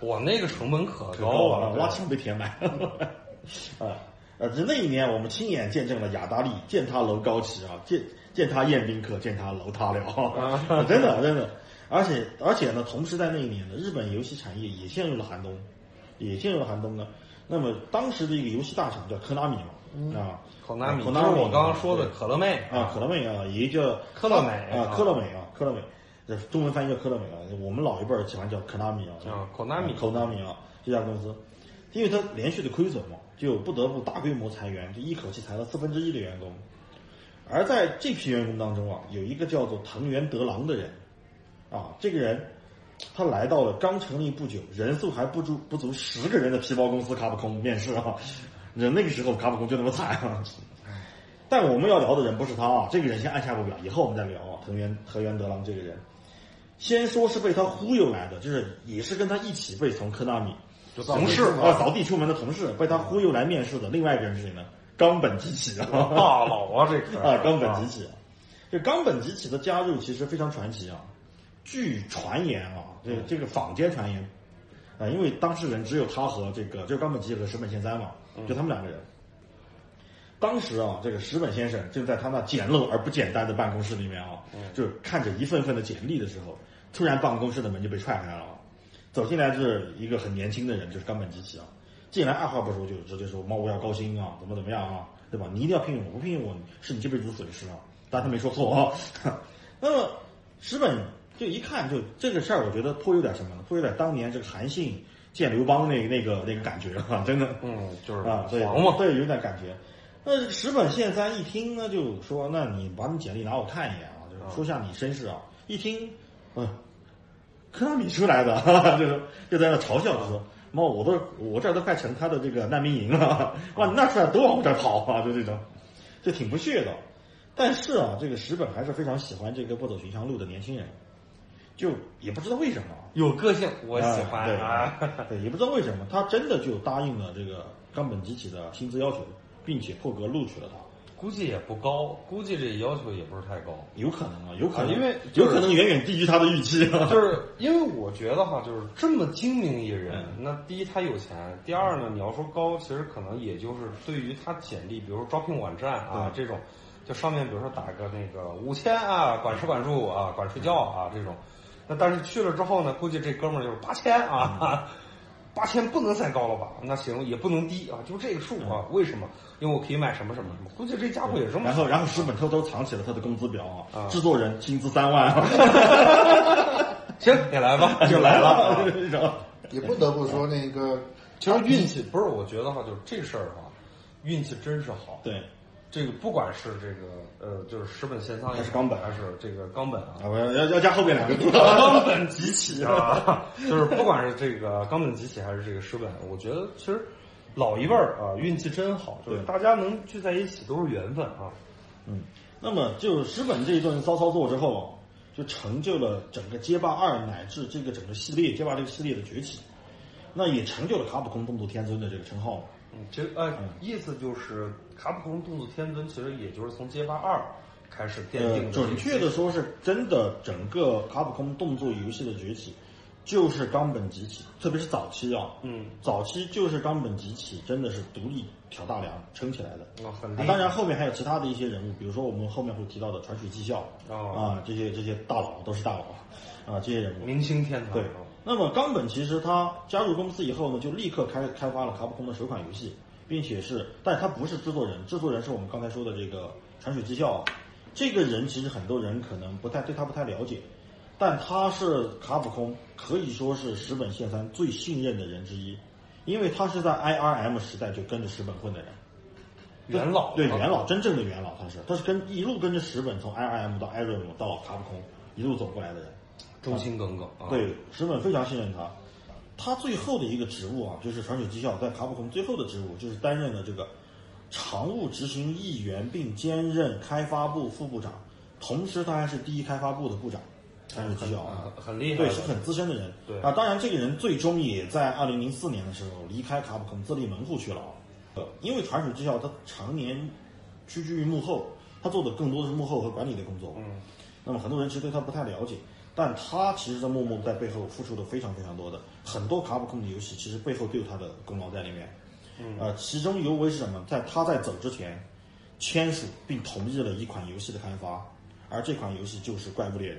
S2: 我那个成本可
S1: 高啊
S2: 高啊了，
S1: 挖墙被填满。 啊，呃，那一年我们亲眼见证了雅达利践踏楼高起啊，践践踏宴宾客，践踏楼塌了，啊
S2: 啊
S1: 真的真的。而且而且呢，同时在那一年呢，日本游戏产业也陷入了寒冬，也陷入了寒冬呢。那么当时的一个游戏大厂叫科纳米嘛，啊，
S2: 口嗯纳米，
S1: 科
S2: 就
S1: 纳
S2: 是
S1: 米
S2: 我刚刚说的
S1: 对
S2: 可乐妹
S1: 啊，可乐美啊，也叫
S2: 科乐美
S1: 啊
S2: 啊，
S1: 科乐美啊，科乐美，这中文翻译叫科乐美啊，我们老一辈儿喜欢叫 Konami 啊，
S2: 啊，Konami
S1: 口纳米啊，这家公司，因为它连续的亏损嘛，就不得不大规模裁员，就一口气裁了四分之一的员工，而在这批员工当中啊，有一个叫做藤原德郎的人，啊，这个人。他来到了刚成立不久、人数还不足不足十个人的皮包公司卡普空面试啊，人那个时候卡普空就那么惨啊，但我们要聊的人不是他啊，这个人先按下不表，以后我们再聊啊。藤原藤原德郎这个人，先说是被他忽悠来的，就是也是跟他一起被从科纳米
S2: 就
S3: 同事
S1: 啊扫地出门的同事，被他忽悠来面试的另外一个人是谁呢？冈本吉起啊，
S2: 大佬啊，这可
S1: 啊，冈本吉起。这冈本吉起的加入其实非常传奇啊。据传言啊，这这个坊间传言，啊、因为当事人只有他和这个就是冈本吉起和石本宪三嘛，就他们两个人。当时啊，这个石本先生就在他那简陋而不简单的办公室里面啊，就是看着一份份的简历的时候，突然办公室的门就被踹开了啊。走进来是一个很年轻的人，就是冈本吉起啊。进来二话不说就直接说猫我要高薪啊，怎么怎么样啊，对吧？你一定要聘用我，不聘用我是你这辈子的损失啊。但他没说错啊。 那么石本就一看就这个事儿，我觉得颇有点什么呢？颇有点当年这个韩信剑刘邦那那个那个感觉啊，真的，
S2: 嗯，就是
S1: 啊，对，
S2: 黄嘛，
S1: 对，有点感觉。那这个石本宪三一听呢，就说：“那你把你简历拿我看一眼啊，就是说下你身世啊。”一听，嗯，科拉米出来的， 哈哈就是就在那嘲笑，就说：“妈，我都我这儿都快成他的这个难民营了， 哇，你那出来都往我这儿跑啊，就这种，就挺不屑的。”但是啊，这个石本还是非常喜欢这个不走寻常路的年轻人，就也不知道为什么啊，
S2: 有个性，我喜欢
S1: 啊
S2: 啊。
S1: 对 对，也不知道为什么，他真的就答应了这个冈本吉起的薪资要求，并且破格录取了他。
S2: 估计也不高，估计这要求也不是太高。
S1: 有可能啊，有可能，
S2: 啊因为
S1: 有
S2: 就是
S1: 可能远远低于他的预期 啊。
S2: 就是因为我觉得哈，就是这么精明一人，
S1: 嗯
S2: 那第一他有钱，第二呢，你要说高，其实可能也就是对于他简历，比如说招聘网站啊这种，就上面比如说打个那个五千啊，管吃管住啊，管睡觉啊
S1: 嗯
S2: 这种，那但是去了之后呢，估计这哥们儿就是八千
S1: 嗯
S2: 啊。 八千不能再高了吧？那行也不能低啊，就这个数
S1: 嗯
S2: 啊。为什么？因为我可以买什么什么什么。估计这家伙也这么
S1: 然后，然后石本偷偷藏起了他的工资表啊，
S2: 啊
S1: 制作人薪资三万啊，
S2: 行，你来吧，
S1: 就来 了
S2: 啊。
S1: 这种
S3: 也不得不说那个，
S2: 其实运气不是，我觉得哈，就是这事儿哈，运气真是好。，
S1: 对，
S2: 这个不管是这个呃，就是石本贤仓
S1: 还是冈本
S2: 还是这个冈本啊，
S1: 啊，我要要要加后面两个字，
S2: 冈本集起啊， 就是不管是这个冈本集起还是这个石本，我觉得其实老一辈儿啊，运气真好，就是
S1: 对
S2: 大家能聚在一起都是缘分啊。
S1: 嗯，那么就石本这一顿骚操作之后啊，就成就了整个街霸二乃至这个整个系列街霸这个系列的崛起，那也成就了卡普空动作天尊的这个称号嘛。
S2: 嗯，其实哎，意思就是卡普空动作天尊，其实也就是从街霸二开始奠定
S1: 呃
S2: 的，
S1: 准确的说是真的，整个卡普空动作游戏的崛起，就是冈本吉起，特别是早期啊，
S2: 嗯，
S1: 早期就是冈本吉起真的是独立挑大梁撑起来的。
S2: 啊，很厉
S1: 啊
S2: 害。
S1: 当然，后面还有其他的一些人物，比如说我们后面会提到的传水技校
S2: 哦
S1: 啊，这些这些大佬都是大佬啊，这些人物。
S2: 明星天啊堂
S1: 对，那么冈本其实他加入公司以后呢，就立刻开开发了卡普空的首款游戏，并且是，但他不是制作人，制作人是我们刚才说的这个传水技校啊。这个人其实很多人可能不太对他不太了解，但他是卡普空可以说是石本宪三最信任的人之一，因为他是在 IRM 时代就跟着石本混的人。
S2: 元老
S1: 对
S2: 啊
S1: 元老，真正的元老他是，他是跟一路跟着石本从 IRM 到 IRM 到卡普空一路走过来的人。
S2: 忠心耿耿啊。
S1: 对，石本非常信任他。他最后的一个职务啊，就是传水技校在卡普空最后的职务，就是担任了这个常务执行议员，并兼任开发部副部长，同时他还是第一开发部的部长。传水技校啊
S2: 很，很厉害
S1: 对，
S2: 的
S1: 是很资深的人。
S2: 对
S1: 啊，当然这个人最终也在二零零四年的时候离开卡普空，自立门户去了啊。呃，因为传水技校他常年屈居于幕后，他做的更多的是幕后和管理的工作。嗯，那么很多人其实对他不太了解，但他其实在默默在背后付出的非常非常多的，很多卡普空的游戏其实背后都有他的功劳在里面。嗯，呃，其中尤为是什么？在他在走之前，签署并同意了一款游戏的开发，而这款游戏就是《怪物猎人》。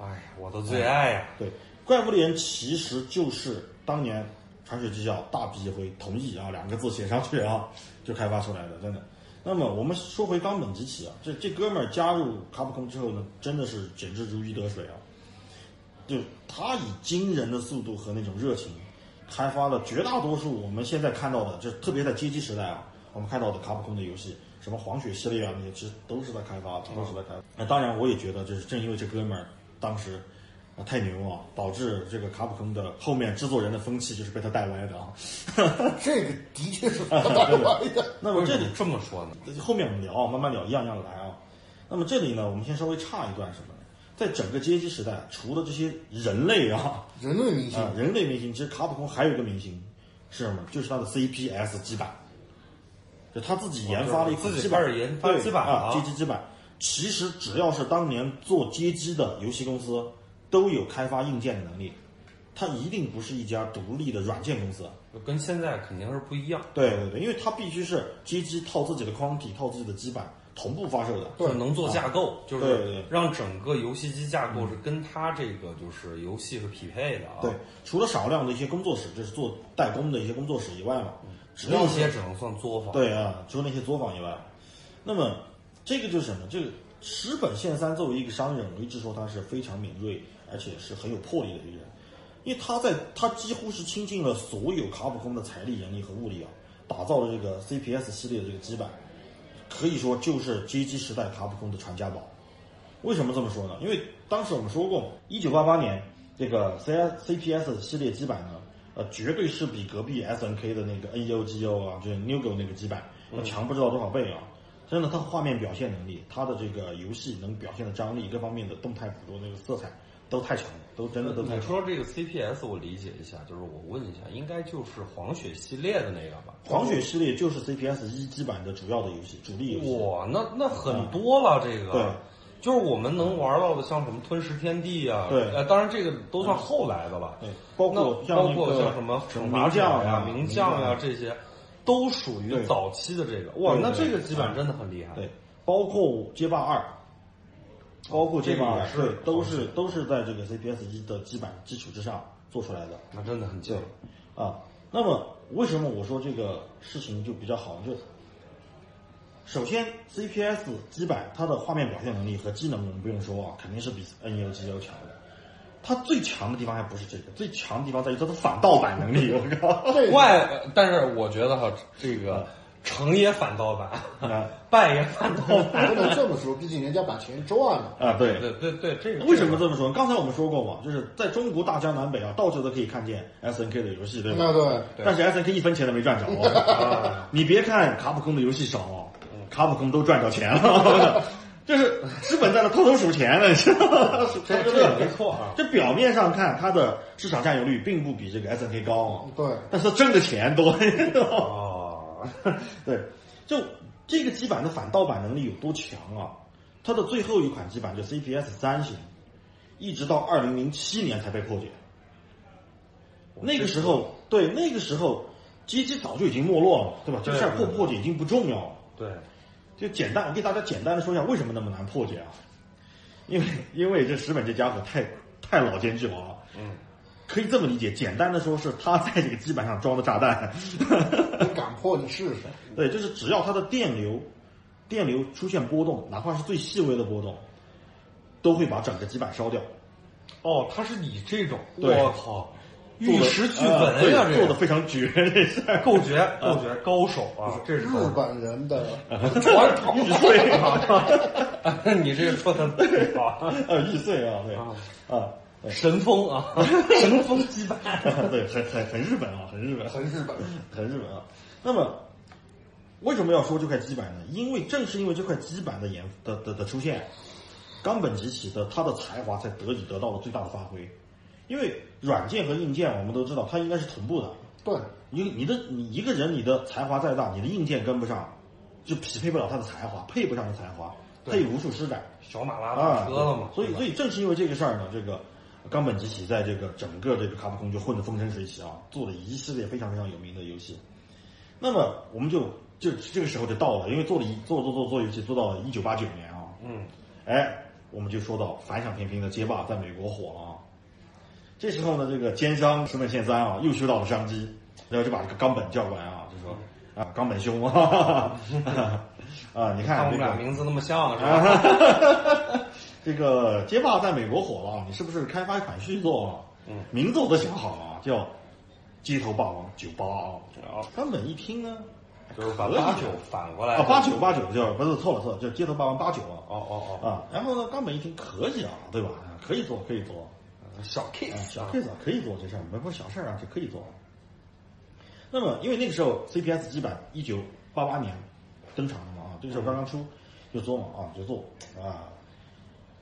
S2: 哎呀，我的最爱呀、
S1: 对，怪物猎人其实就是当年传水技校大笔一挥同意啊两个字写上去啊，就开发出来的，真的。那么我们说回冈本吉起啊，这这哥们儿加入卡普空之后呢，真的是简直如鱼得水啊！就他以惊人的速度和那种热情，开发了绝大多数我们现在看到的，就特别在街机时代啊，我们看到的卡普空的游戏，什么黄血系列啊那些，其实都是在开发，都是在开发。那、当然，我也觉得就是正因为这哥们儿当时。啊，太牛啊！导致这个卡普空的后面制作人的风气就是被他带歪的啊。
S3: 这个的确是大玩意儿。
S1: 那么
S2: 为
S1: 这
S2: 什
S1: 里
S2: 么这么说呢？
S1: 后面我们聊，慢慢聊，一样一样来啊。那么这里呢，我们先稍微岔一段什么呢？在整个街机时代，除了这些人类啊，
S3: 人类明
S2: 嗯
S3: 星
S1: 啊、人类明星，其实卡普空还有一个明星是什么？就是他的 CPS 基板，就他自己研发了一
S2: 哦
S1: 款
S2: 就是自己
S1: 基板，
S2: 开始研发
S1: 对
S2: 基板了
S1: 啊，
S2: 啊
S1: 街机基板。其实只要是当年做街机的游戏公司，都有开发硬件的能力，它一定不是一家独立的软件公司。
S2: 跟现在肯定是不一样，
S1: 对对对，因为它必须是街机套自己的框体、套自己的基板同步发售的。
S2: 就是能做架构，就
S1: 啊对对嗯
S2: 是让整个游戏机架构是跟它这个就是游戏是匹配的啊。
S1: 对，，除了少量的一些工作室，就是做代工的一些工作室以外嘛，
S2: 嗯
S1: 只要
S2: 那
S1: 是
S2: 些只能算作坊。，
S1: 对啊，除了那些作坊以外，那么这个就是什么？这个石本宪三作为一个商人，我一直说他是非常敏锐，而且是很有魄力的一个人。因为他在他几乎是倾尽了所有卡普空的财力、人力和物力啊，打造了这个 CPS 系列的这个基板，可以说就是 GG 时代卡普空的传家宝。为什么这么说呢？因为当时我们说过，一九八八年这个 C CPS 系列基板呢，呃，绝对是比隔壁 SNK 的那个 NUGO 啊，就是 NUGO 那个基板要强不知道多少倍啊！真的，它画面表现能力，它的这个游戏能表现的张力，各方面的动态捕捉那个色彩都太强了，都真的都
S2: 嗯
S1: 太
S5: 你
S1: 强了。
S5: 说这个 CPS，我理解一下，就是我问一下，应该就是黄雪系列的那个吧？
S1: 黄雪系列就是 CPS 一基板的主要的游戏，主力游戏。
S5: 哇，那那很多了，这个
S1: 嗯对，
S5: 就是我们能玩到的，像什么吞食天地啊，
S1: 对
S5: 呃，当然这个都算后来的了，
S1: 对，包
S5: 那
S1: 括像
S5: 包
S1: 那
S5: 括
S1: 个
S5: 像什么惩罚
S1: 名将
S5: 者呀、
S1: 啊
S5: 名将
S1: 名
S5: 呀
S1: 将
S5: 这些，都属于
S1: 对
S5: 早期的这个。哇，
S1: 对
S5: 那
S1: 对
S5: 这个基本真的很厉害。
S1: 对，包括街霸二，包括街霸二，
S5: 这个也
S1: 对
S5: 是，
S1: 都是都是在这个 CPS 一的基板基础之上做出来的。
S5: 那真的很
S1: 对
S5: 劲儿。，
S1: 啊，那么为什么我说这个事情就比较好？就首先 CPS 基板它的画面表现能力和机能，我们不用说啊，肯定是比 NUG 要强的。它最强的地方还不是这个，最强的地方在于它的反盗版能力。我靠！
S3: 这个
S6: 外，呃但是我觉得哈，这个成也反盗版，
S1: 啊
S6: 败也反盗版。
S3: 不能这么说，毕竟人家把钱赚了。
S1: 啊，对，
S6: 对对对，这个
S1: 为什么这么说？刚才我们说过嘛，就是在中国大江南北啊，到处都可以看见 S N K 的游戏，对吧？
S3: 那啊对，
S1: 但是 S N K 一分钱都没赚着、 啊。 你别看卡普空的游戏少、哦，卡普空都赚着钱了， 就是资本在那偷偷数钱呢，你 知道吗？数
S6: 这
S1: 钱
S6: 这
S1: 真的
S6: 也没错啊？
S1: 这表面上看，它的市场占有率并不比这个 S N K 高啊，
S3: 对，
S1: 但是它挣的钱多， 你知道吗？
S5: 哦，
S1: 对，就这个基板的反盗版能力有多强啊？它的最后一款基板就 CPS 三型，一直到二零零七年才被破解。那个时候，对那个时候，GG 早就已经没落了，对吧？这个事儿破不破解已经不重要了。
S6: 对，
S1: 就简单，我给大家简单的说一下为什么那么难破解啊？因为因为这石本这家伙太太老奸巨猾了。嗯，可以这么理解，简单的说是他在这个基板上装的炸 弹。
S3: 你敢破你试试。
S1: 对，就是只要它的电流，电流出现波动，哪怕是最细微的波动，都会把整个基板烧掉。
S6: 哦，他是以这种，
S1: 对
S6: 我靠，
S1: 做
S6: 玉
S1: 得
S6: 石俱
S1: 呃
S6: 焚
S1: 对
S6: 呀，
S1: 做
S6: 这
S1: 的
S6: 个
S1: 非常绝，这是
S6: 够绝够绝高手啊，这是
S3: 日
S6: 高手。
S3: 本人的
S6: 传统
S1: 玉碎啊，
S6: 你这个说 的对啊，
S1: 呃，玉碎啊，对，
S6: 啊
S1: 啊，
S6: 神风啊，神风击败。
S1: 对，对，很很很日本啊，很日本，
S3: 很日本，
S1: 很日本啊。那么，为什么要说这块基板呢？因为正是因为这块基板的研的的的出现，冈本吉起的他的才华才得以得到了最大的发挥。因为软件和硬件我们都知道，它应该是同步的。
S3: 对，
S1: 你你的你一个人，你的才华再大，你的硬件跟不上，就匹配不了他的才华，配不上他的才华，他也无处施展
S6: 小马拉
S1: 啊
S6: 大。车了嘛，
S1: 所以
S6: 对吧
S1: 所以正是因为这个事儿呢，这个冈本吉起在这个整个这个卡普空就混得风生水起啊，做了一系列非常非常有名的游戏。那么我们就就这个时候就到了，因为做了一做做做做游戏做到了一九八九年啊，
S6: 嗯，
S1: 哎，我们就说到反响平平的街霸在美国火了啊。这时候呢，这个奸商石本宪三啊，又嗅到了商机，然后就把这个冈本叫过来啊，就说啊，冈本 兄啊， 啊，你
S6: 看
S1: 看
S6: 我们
S1: 这
S6: 俩
S1: 个
S6: 名字那么像，是
S1: 啊
S6: 吧？
S1: 这个街霸在美国火了啊，你是不是开发一款续作啊？嗯，名字我都想好了啊，叫《街头霸王九八》啊。冈本一听呢，
S6: 就是把
S1: 可以
S6: 八九反过来
S1: 啊，八九八九叫不是错了错了，叫《街头霸王八九》啊。
S6: 哦哦
S1: 啊，然后呢，冈本一听可以啊，对吧？可以做，可以做，
S6: 哦，小 K
S1: 啊，小 case 啊，可以做这事儿，没不是小事儿啊，这可以做。那么，因为那个时候 CPS 基板一九八八年登场的嘛啊，这个时候刚刚出，就做嘛啊，就做啊。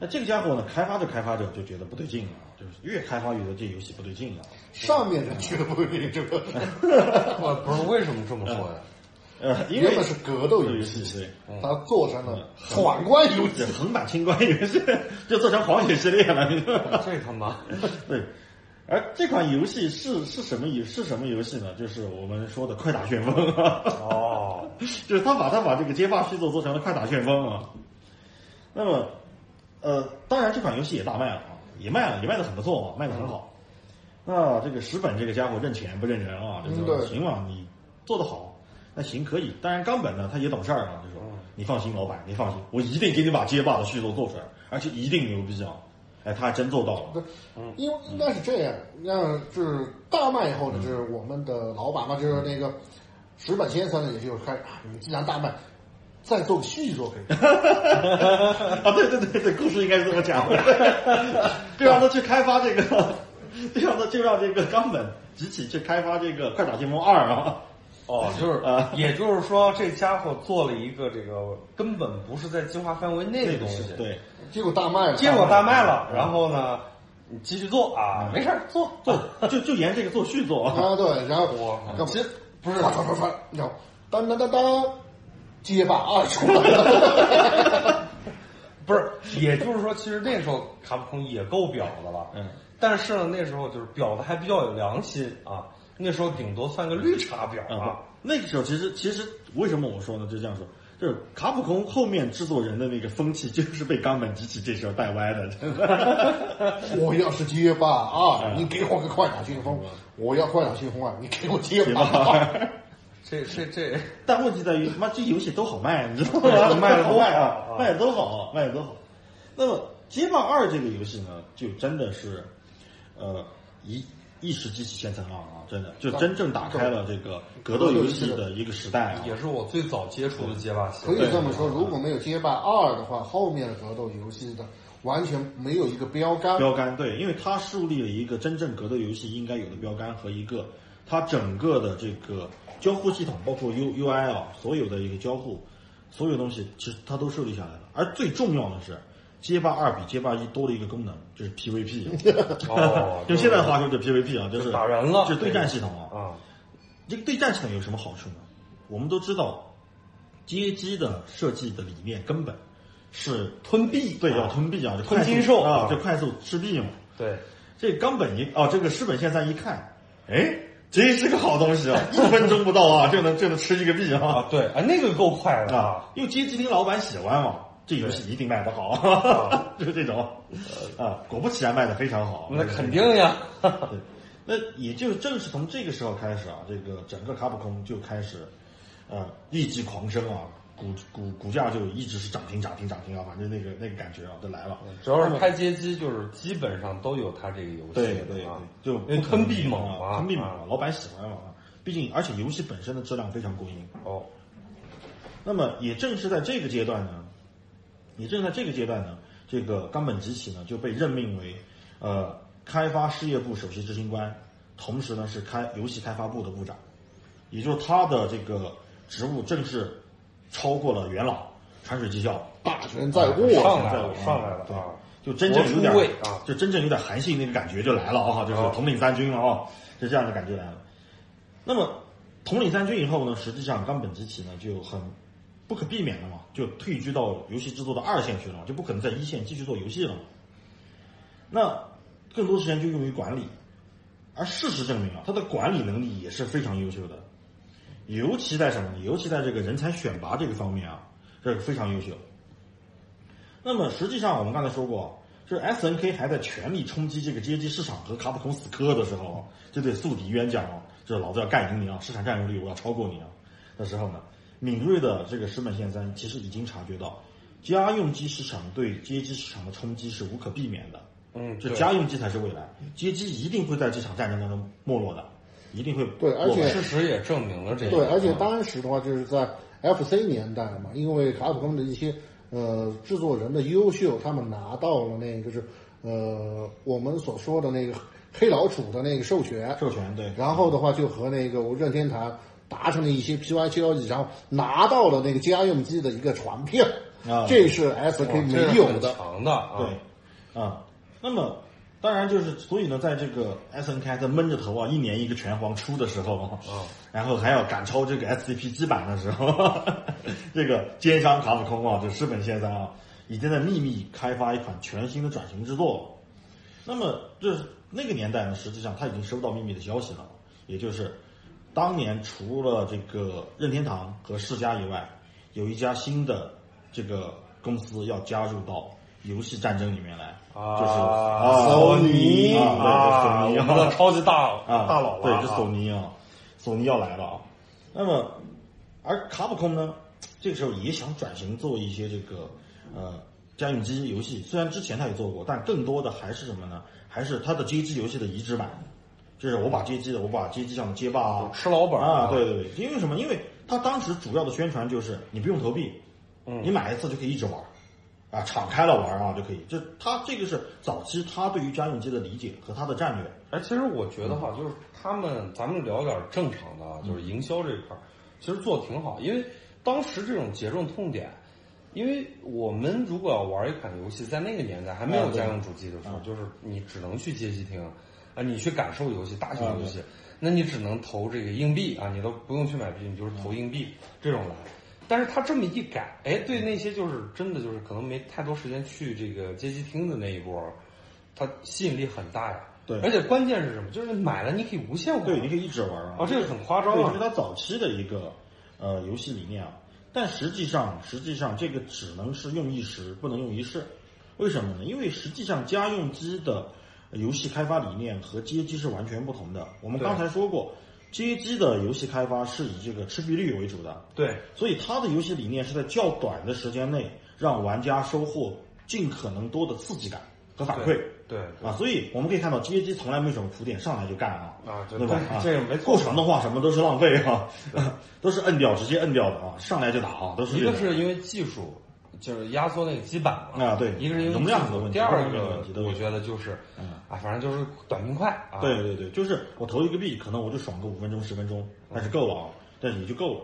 S1: 那这个家伙呢，开发着开发着就觉得不对劲了，就是越开发越觉得这游戏不对劲了。
S3: 上面人觉得不对这个，
S6: 我 不是为什么这么说呀？
S1: 呃，因
S3: 原
S1: 为
S3: 本是格斗游
S1: 游
S3: 戏，
S1: 戏对。
S3: 他做成了闯关游戏
S1: 这。横版清关游戏就做成黄血系列了，你知道吗？
S6: 这他妈
S1: 对，而这款游戏是是什么游是什么游戏呢？就是我们说的快打旋风 啊。
S6: 哦，
S1: 就是他把他把这个街霸续作做成了快打旋风啊。那么，呃，当然这款游戏也大卖了啊，也卖了，也卖的很不错啊，卖的很好。那这个石本这个家伙认钱不认人啊，就
S3: 嗯
S1: 说
S3: 对
S1: 行啊，你做得好，那行可以。当然冈本呢，他也懂事儿啊，就
S3: 嗯
S1: 说你放心，老板，你放心，我一定给你把街霸的续作做出来，而且一定牛逼啊。哎，他还真做到了。
S3: 对，
S6: 嗯
S3: 因为应该是这样，那就是大卖以后
S6: 嗯
S3: 呢，就是我们的老板嘛，就是那个石板先生呢，也就开始啊，你既然大卖，再做个续作 可以。
S1: 啊，对对对对，故事应该是这么讲的， 就让他去开发这个，就让他就让这个冈本直起去开发这个《快打旋风二》啊。
S6: 哦，就是
S1: 啊，
S6: 也就是说，这家伙做了一个这个根本不是在计划范围内的东西，，啊
S1: 对，
S3: 结果大卖了，
S6: 结果大卖了，然后呢，你继续做啊，没事儿做做，
S1: 做就就沿这个做续作啊。
S3: 啊，对，然后我
S6: 其实
S3: 不是，唰唰唰唰，然后当当当当，街霸二出来了，
S6: 不是，也就是说，其实那时候卡普空也够婊的了，
S1: 嗯，
S6: 但是呢，那时候就是婊的还比较有良心啊，那时候顶多算个绿茶婊
S1: 啊
S6: 啊，，
S1: 那个时候其实其实为什么我说呢？就这样说，就是卡普空后面制作人的那个风气，就是被冈本直起这时候带歪的，真的。
S3: 我要是街霸
S6: 嗯
S3: 二，你给我个快打旋风，我要快打旋风二，啊你给我街
S1: 对
S3: 霸二。
S1: 吧？
S6: 这这这，
S1: 但问题在于，他妈这游戏都好卖，你知道
S6: 对
S1: 吗？
S6: 卖得
S1: 好
S6: 多
S1: 卖啊，
S6: 啊
S1: 卖的都好，卖的都好。那么《街霸二》这个游戏呢，就真的是，呃，一一石激起千层浪啊，真的就真正打开了这个格斗游戏的一个时代啊。
S6: 也是我最早接触的街霸系
S3: 可
S6: 列，
S3: 以这么说，如果没有街霸二的话，后面的格斗游戏的完全没有一个标杆。
S1: 标杆对，因为它树立了一个真正格斗游戏应该有的标杆和一个它整个的这个交互系统，包括 U U I 啊，所有的一个交互，所有东西其实它都设立下来了。而最重要的是，街霸二比街霸一多了一个功能，就是 P V P，，
S6: 哦
S1: 用现在的话说就是 P V P 啊，就是
S6: 打人了
S1: 就是对战系统啊。
S6: 啊，
S1: 这个对战系统有什么好处呢？我们都知道，街机的设计的理念根本是
S6: 吞币
S1: 对，
S6: 啊
S1: 要吞币啊，就
S6: 吞
S1: 快速
S6: 金兽
S1: 啊
S6: 啊，
S1: 就快速吃币嘛。
S6: 对，
S1: 这冈本一哦，这个石本宪三一看，哎，这是个好东西啊， 一分钟不到啊，就能就能吃一个币
S6: 啊
S1: 啊
S6: 对，啊那个够快的
S1: 啊，，因为街机厅老板喜欢嘛，这游戏一定卖得好， 就是这种啊，果不其然卖得非常好，
S6: 那肯定呀，
S1: 对，那也就正是从这个时候开始啊，这个整个卡普空就开始，呃，一级狂升啊，股股股价就一直是涨停涨停涨停啊，反正那个那个感觉啊，就来了。
S6: 主要是拍街机，就是基本上都有他这个游戏
S1: 对
S6: 的
S1: 对
S6: 啊，
S1: 就
S6: 因为吞币猛
S1: 啊，
S6: 嘛，
S1: 吞币猛
S6: 啊
S1: 嘛，老板喜欢嘛。啊毕竟，而且游戏本身的质量非常过硬。
S6: 哦，
S1: 那么，也正是在这个阶段呢，也正在这个阶段呢，这个冈本吉起呢就被任命为呃开发事业部首席执行官，同时呢是开游戏开发部的部长，也就是他的这个职务正式超过了元老川水纪教，
S3: 大权在握，
S6: 上来
S1: 在
S6: 了，
S1: 我
S6: 上来了
S1: 对
S6: 啊！
S1: 就真正有点
S6: 国初位啊
S1: 就真正有点韩信那个感觉就来了啊，就是
S6: 啊
S1: 统领三军了啊，就这样的感觉来了。那么统领三军以后呢，实际上冈本吉起呢就很不可避免的嘛，就退居到游戏制作的二线去了嘛，就不可能在一线继续做游戏了嘛。那更多时间就用于管理，而事实证明啊，他的管理能力也是非常优秀的，尤其在什么呢？尤其在这个人才选拔这个方面啊，这个非常优秀。那么实际上，我们刚才说过，就是 S N K 还在全力冲击这个街机市场和卡普空死磕的时候啊，就对宿敌冤讲啊，就是老子要干赢你啊，市场占有率我要超过你啊的时候呢，敏锐的这个石本宪三其实已经察觉到，家用机市场对街机市场的冲击是无可避免的。
S6: 嗯，
S1: 就
S6: 对
S1: 家用机才是未来，街机一定会在这场战争当中没落的，一定会
S3: 对而
S1: 落
S3: 且
S1: 败
S6: 事实也证明了这一
S3: 对，
S6: 点啊
S2: 嗯
S3: 而且当时的话就是在 FC 年代嘛，因为卡普空的一些呃制作人的优秀，他们拿到了那个就是呃我们所说的那个黑老鼠的那个授权，
S1: 授权对，
S3: 然后的话就和那个任天堂达成了一些 PY 交易，然后拿到了那个家用机的一个传票，
S1: 啊
S3: 这是
S6: 哇
S3: SK
S6: 哦这是
S3: 没有
S6: 很
S3: 的。
S6: 强的啊，
S1: 对，啊，那么当然就是，所以呢，在这个 S N K 在闷着头啊，一年一个拳皇出的时候，
S6: 嗯
S1: 然后还要赶超这个 S C P 基版的时候， 这个奸商卡普空啊，这石本先生啊，已经在秘密开发一款全新的转型之作了。那么就是那个年代呢，实际上他已经收到秘密的消息了，也就是当年除了这个任天堂和世嘉以外，有一家新的这个公司要加入到游戏战争里面来，
S6: 啊
S1: 就是
S6: 索尼
S1: 啊，
S6: 啊，
S1: 对，
S6: 我们
S1: 对索尼
S6: 的
S1: 啊，
S6: 超级大
S1: 啊，
S6: 大佬了
S1: 对，
S6: 啊，
S1: 这索尼啊，索尼要来了啊。那么，而卡普空呢，这个时候也想转型做一些这个呃家用机游戏，虽然之前他也做过，但更多的还是什么呢？还是他的街机游戏的移植版，就是我把街机的，我把街机上的街霸啊，
S7: 吃老本儿
S1: 啊，对对对，因为什么？因为他当时主要的宣传就是你不用投币，
S6: 嗯
S1: 你买一次就可以一直玩儿，啊，敞开了玩儿啊就可以。这他这个是早期他对于家用机的理解和他的战略。
S2: 哎，其实我觉得哈，就是他们，咱们聊点正常的，啊，就是营销这一块儿，其实做得挺好。因为当时这种节中痛点，因为我们如果要玩一款游戏，在那个年代还没有家用主机的时候，就是你只能去街机厅啊，你去感受游戏、大型游戏，那你只能投这个硬币啊，你都不用去买币，你就是投硬币这种来。但是他这么一改，哎，对那些就是真的就是可能没太多时间去这个街机厅的那一波儿，它吸引力很大呀。
S1: 对
S2: 而且关键是什么？就是买了你可以无限玩。
S1: 对，你可以一直玩儿啊。
S2: 哦，这个很夸张
S1: 对，这是他
S2: 啊。
S1: 早期的一个呃游戏理念啊。但实际上，实际上这个只能是用一时，不能用一世。为什么呢？因为实际上家用机的呃游戏开发理念和街机是完全不同的。我们刚才说过，街机的游戏开发是以这个赤壁率为主的，
S2: 对，
S1: 所以它的游戏理念是在较短的时间内让玩家收获尽可能多的刺激感和反馈。
S2: 对
S1: 啊，所以我们可以看到街机从来没什么铺垫，上来就干啊，
S2: 啊这
S1: 对吧？
S2: 对
S1: 啊
S2: 这个没错
S1: 过程的话，什么都是浪费啊， 都是摁掉直接摁掉的啊，上来就打啊，都是
S2: 一
S1: 这
S2: 个
S1: 种
S2: 是因为技术，就是压缩那个基板嘛。
S1: 啊对
S2: 一个是因为
S1: 容量的
S2: 技术
S1: 问题
S2: 第二
S1: 容量的问题
S2: 个
S1: 都有嗯
S2: 我觉得就是，啊，反正就是短平快啊。
S1: 对对对，就是我投一个币，可能我就爽个五分钟十分钟，
S2: 嗯
S1: 但是够了啊，但是也就够了。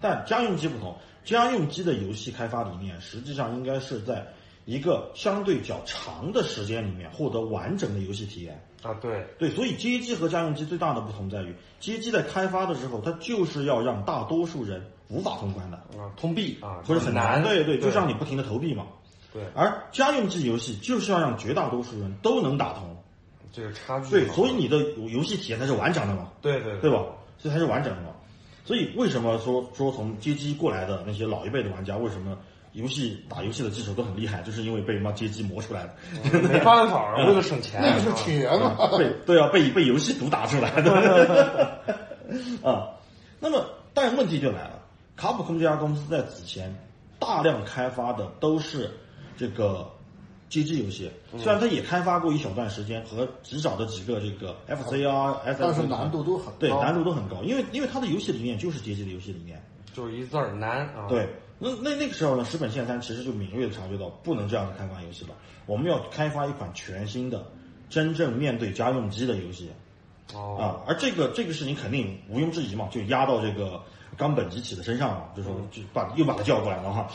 S1: 但家用机不同，家用机的游戏开发理念实际上应该是在一个相对较长的时间里面获得完整的游戏体验。
S2: 啊，对，
S1: 对，所以街机和家用机最大的不同在于，街机在开发的时候，它就是要让大多数人无法通关的，
S2: 啊，通臂啊，
S1: 或者很
S2: 难。
S1: 对对，就
S2: 对
S1: 让你不停的投币嘛。
S2: 对
S1: 而家用机游戏就是要让绝大多数人都能打通，
S2: 这个差距。
S1: 对，所以。你的游戏体验才是完整的嘛，
S2: 对嗯对
S1: 对吧？所以才是完整的嘛。所以为什么说说从街机过来的那些老一辈的玩家，为什么游戏打游戏的技术都很厉害，就是因为被妈街机磨出来的。
S2: 没办法，为了省
S1: 嗯
S2: 钱，啊
S3: 那个是铁嘛。
S1: 被都要被被游戏毒打出来 的。啊，那么但问题就来了，卡普空这家公司在此前大量开发的都是这个街机游戏，
S3: 嗯
S1: 虽然它也开发过一小段时间和极少的几个这个 FC 啊、s
S3: 但是难度都很
S1: 对
S3: 高
S1: 难度都很高，因为因为它的游戏理念就是街机的游戏理念。
S2: 就是一字儿难啊。
S1: 对，那那那个时候呢，石本宪三其实就敏锐的察觉到，不能这样的开发游戏了，我们要开发一款全新的、真正面对家用机的游戏。
S2: 哦，
S1: 啊，而这个这个事情肯定毋庸置疑嘛，就压到这个冈本吉起的身上了，就是就把又把他叫过来了哈，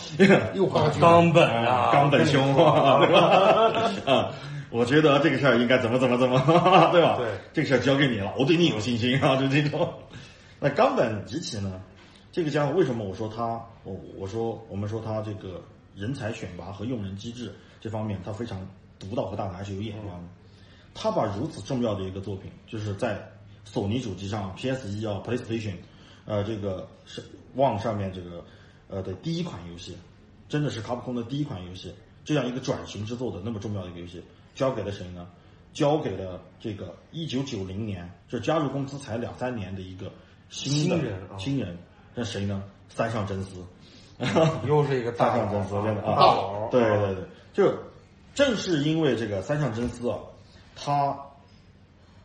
S3: 又花钱，
S2: 冈本啊
S1: 嗯 啊，，冈本兄，对吧？啊，我觉得这个事儿应该怎么怎么怎 么，对吧？
S2: 对，
S1: 这个事儿交给你了，我对你有信心啊，就这种。那冈本吉起呢？这个家伙为什么我说他，我我说我们说他这个人才选拔和用人机制这方面，他非常独到和大胆，还是有眼光的。他把如此重要的一个作品，就是在索尼主机上 PS 一啊 PlayStation，呃，这个是 One 上面这个呃的第一款游戏，真的是卡普空的第一款游戏，这样一个转型之作的那么重要的一个游戏，交给了谁呢？交给了这个一九九零年，就加入公司才两三年的一个新的
S2: 新人啊
S1: 新人，那谁呢？三上真司。
S2: 又是一个
S1: 大
S2: 大
S1: 象真司，真的啊，
S2: 大佬，
S1: 对对对，就正是因为这个三上真司啊，他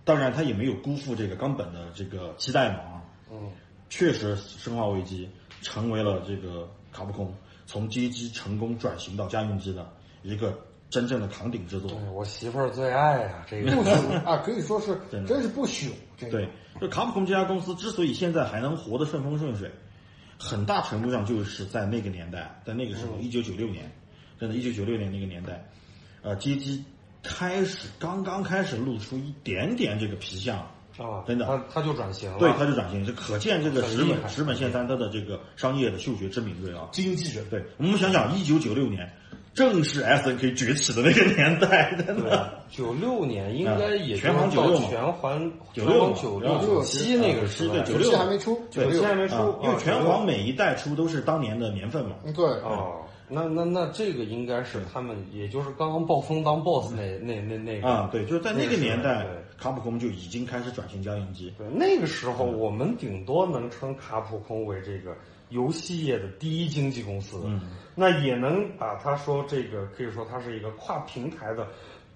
S1: 当然他也没有辜负这个冈本的这个期待嘛啊，嗯，确实《生化危机》成为了这个卡普空从街机成功转型到家用机的一个真正的扛鼎之作。
S2: 哎对我媳妇儿最爱呀、这个
S3: 不
S1: 嗯
S3: 朽啊，可以说是
S1: 真的
S3: 真是不朽。这个
S1: 对，就卡普空这家公司之所以现在还能活得顺风顺水，很大程度上就是在那个年代，在那个时候，一九九六年，真的，一九九六年那个年代，呃，街机开始刚刚开始露出一点点这个皮相，
S2: 啊，
S1: 真的
S2: 他他就转型了，
S1: 对，它就转型，就可见这个
S2: 很
S1: 石
S2: 厉
S1: 本
S2: 害
S1: 石本宪三他的这个商业的嗅觉之敏锐啊。
S3: 经济人，
S1: 对，我们想想，一九九六年，正是 S N K 崛起的那个年代，真的。
S2: 对，九六年应该也
S1: 嗯全行
S2: 就是
S1: 96
S2: 到
S1: 嘛
S2: 全环
S1: 96嘛
S2: 九
S1: 然
S2: 六
S1: 后啊
S2: 九七那个时代
S1: 对
S3: 九
S1: 96
S3: 七还没出，
S1: 对
S2: 现
S3: 九六
S2: 在没出
S1: 啊，因为
S2: 啊
S1: 拳皇每一代出都是当年的年份嘛。
S3: 嗯对，
S2: 哦，那那那这个应该是他们，也就是刚刚暴风当 boss 那那那那个
S1: 啊，对，就是在那
S2: 那个
S1: 个
S2: 时
S1: 年
S2: 代
S1: 代
S2: 对，
S1: 卡普空就已经开始转型家用机。
S2: 对，那个时候我们顶多能称卡普空为这个游戏业的第一经纪公司，
S1: 嗯
S2: 那也能把它说这个可以说它是一个跨平台的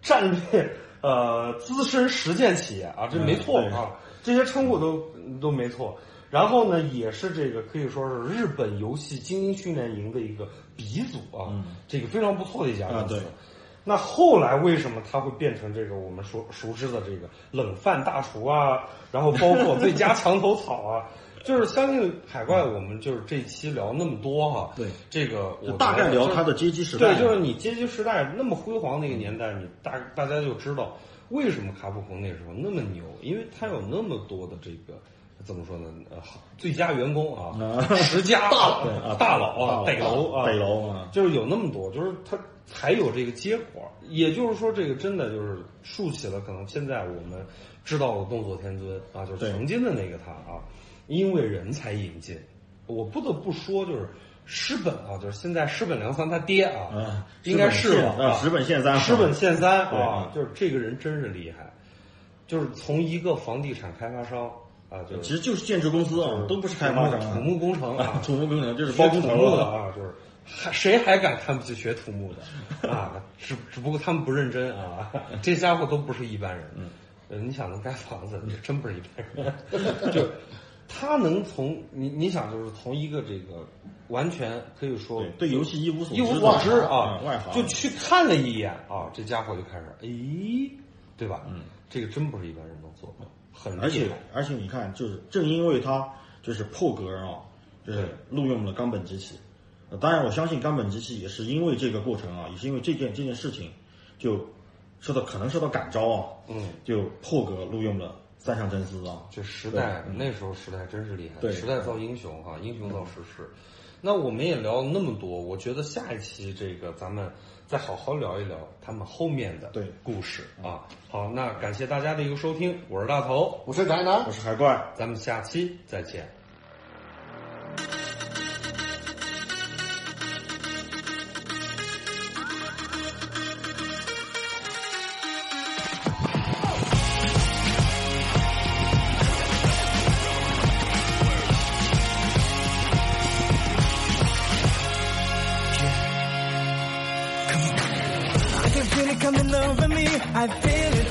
S2: 战略呃资深实践企业啊，这没错
S1: 嗯对
S2: 啊，这些称呼都都没错。然后呢，也是这个可以说是日本游戏精英训练营的一个鼻祖啊，这个非常不错的一家
S1: 嗯啊
S2: 公司。
S1: 对
S2: 那后来为什么它会变成这个我们熟熟知的这个冷饭大厨啊，然后包括最佳墙头草啊， 就是相信海怪，我们就是这一期聊那么多哈、
S1: 对，
S2: 这个我
S1: 就大概聊它
S2: 的
S1: 的阶级时代
S2: 对，
S1: 嘛。
S2: 就是你阶级时代那么辉煌那个年代，你大大家就知道为什么卡普空那时候那么牛，因为它有那么多的这个。怎么说呢？呃，最佳员工啊，十佳大佬
S1: 对啊
S2: 大佬啊，
S1: 大
S2: 北楼啊，
S1: 北楼啊，
S2: 就是有那么多，就是它才有这个结果。也就是说，这个真的就是竖起了可能现在我们知道的动作天尊啊，就是
S1: 对
S2: 曾经的那个他啊，因为人才引进。我不得不说，就是石本啊，就是现在石本良三他爹啊，
S1: 啊，
S2: 应该是吧？
S1: 啊，石本宪三，
S2: 石本宪三
S1: 对
S2: 啊，就是这个人真是厉害，就是从一个房地产开发商啊，就是
S1: 其实就是建筑公司啊，都不是开发商啊
S2: 土木工程啊，
S1: 土木工程，就是
S2: 学
S1: 包
S2: 土
S1: 工头
S2: 木的
S1: 了。
S2: 啊，就是还谁还敢看不起学土木的啊？只只不过他们不认真啊， 这家伙都不是一般人。
S1: 嗯
S2: 呃你想能盖房子，你真不是一般人。 就他能从你你想就是从一个这个完全可以说
S1: 对，对游戏一无所
S2: 一无
S1: 的
S2: 所知啊，
S1: 嗯外行
S2: 就去看了一眼啊，这家伙就开始，诶，对吧？嗯，这个真不是一般人能做的，很厉
S1: 嗯
S2: 害
S1: 而且而且你看，就是正因为他就是破格啊，就是录用了冈本机器。呃当然，我相信冈本机器也是因为这个过程啊，也是因为这件这件事情，就受到可能受到感召啊，
S2: 嗯，
S1: 就破格录用了三上真司啊。
S2: 这时代那时候时代真是厉害，
S1: 对嗯
S2: 时代造英雄哈、英雄造时势。那我们也聊了那么多，我觉得下一期这个咱们再好好聊一聊他们后面的
S1: 对嗯
S2: 故事啊。好，那感谢大家的一个收听，我是大头，
S3: 我是宅男
S1: 我，是海怪，
S2: 咱们下期再见。
S8: I can feel it coming over me. I feel it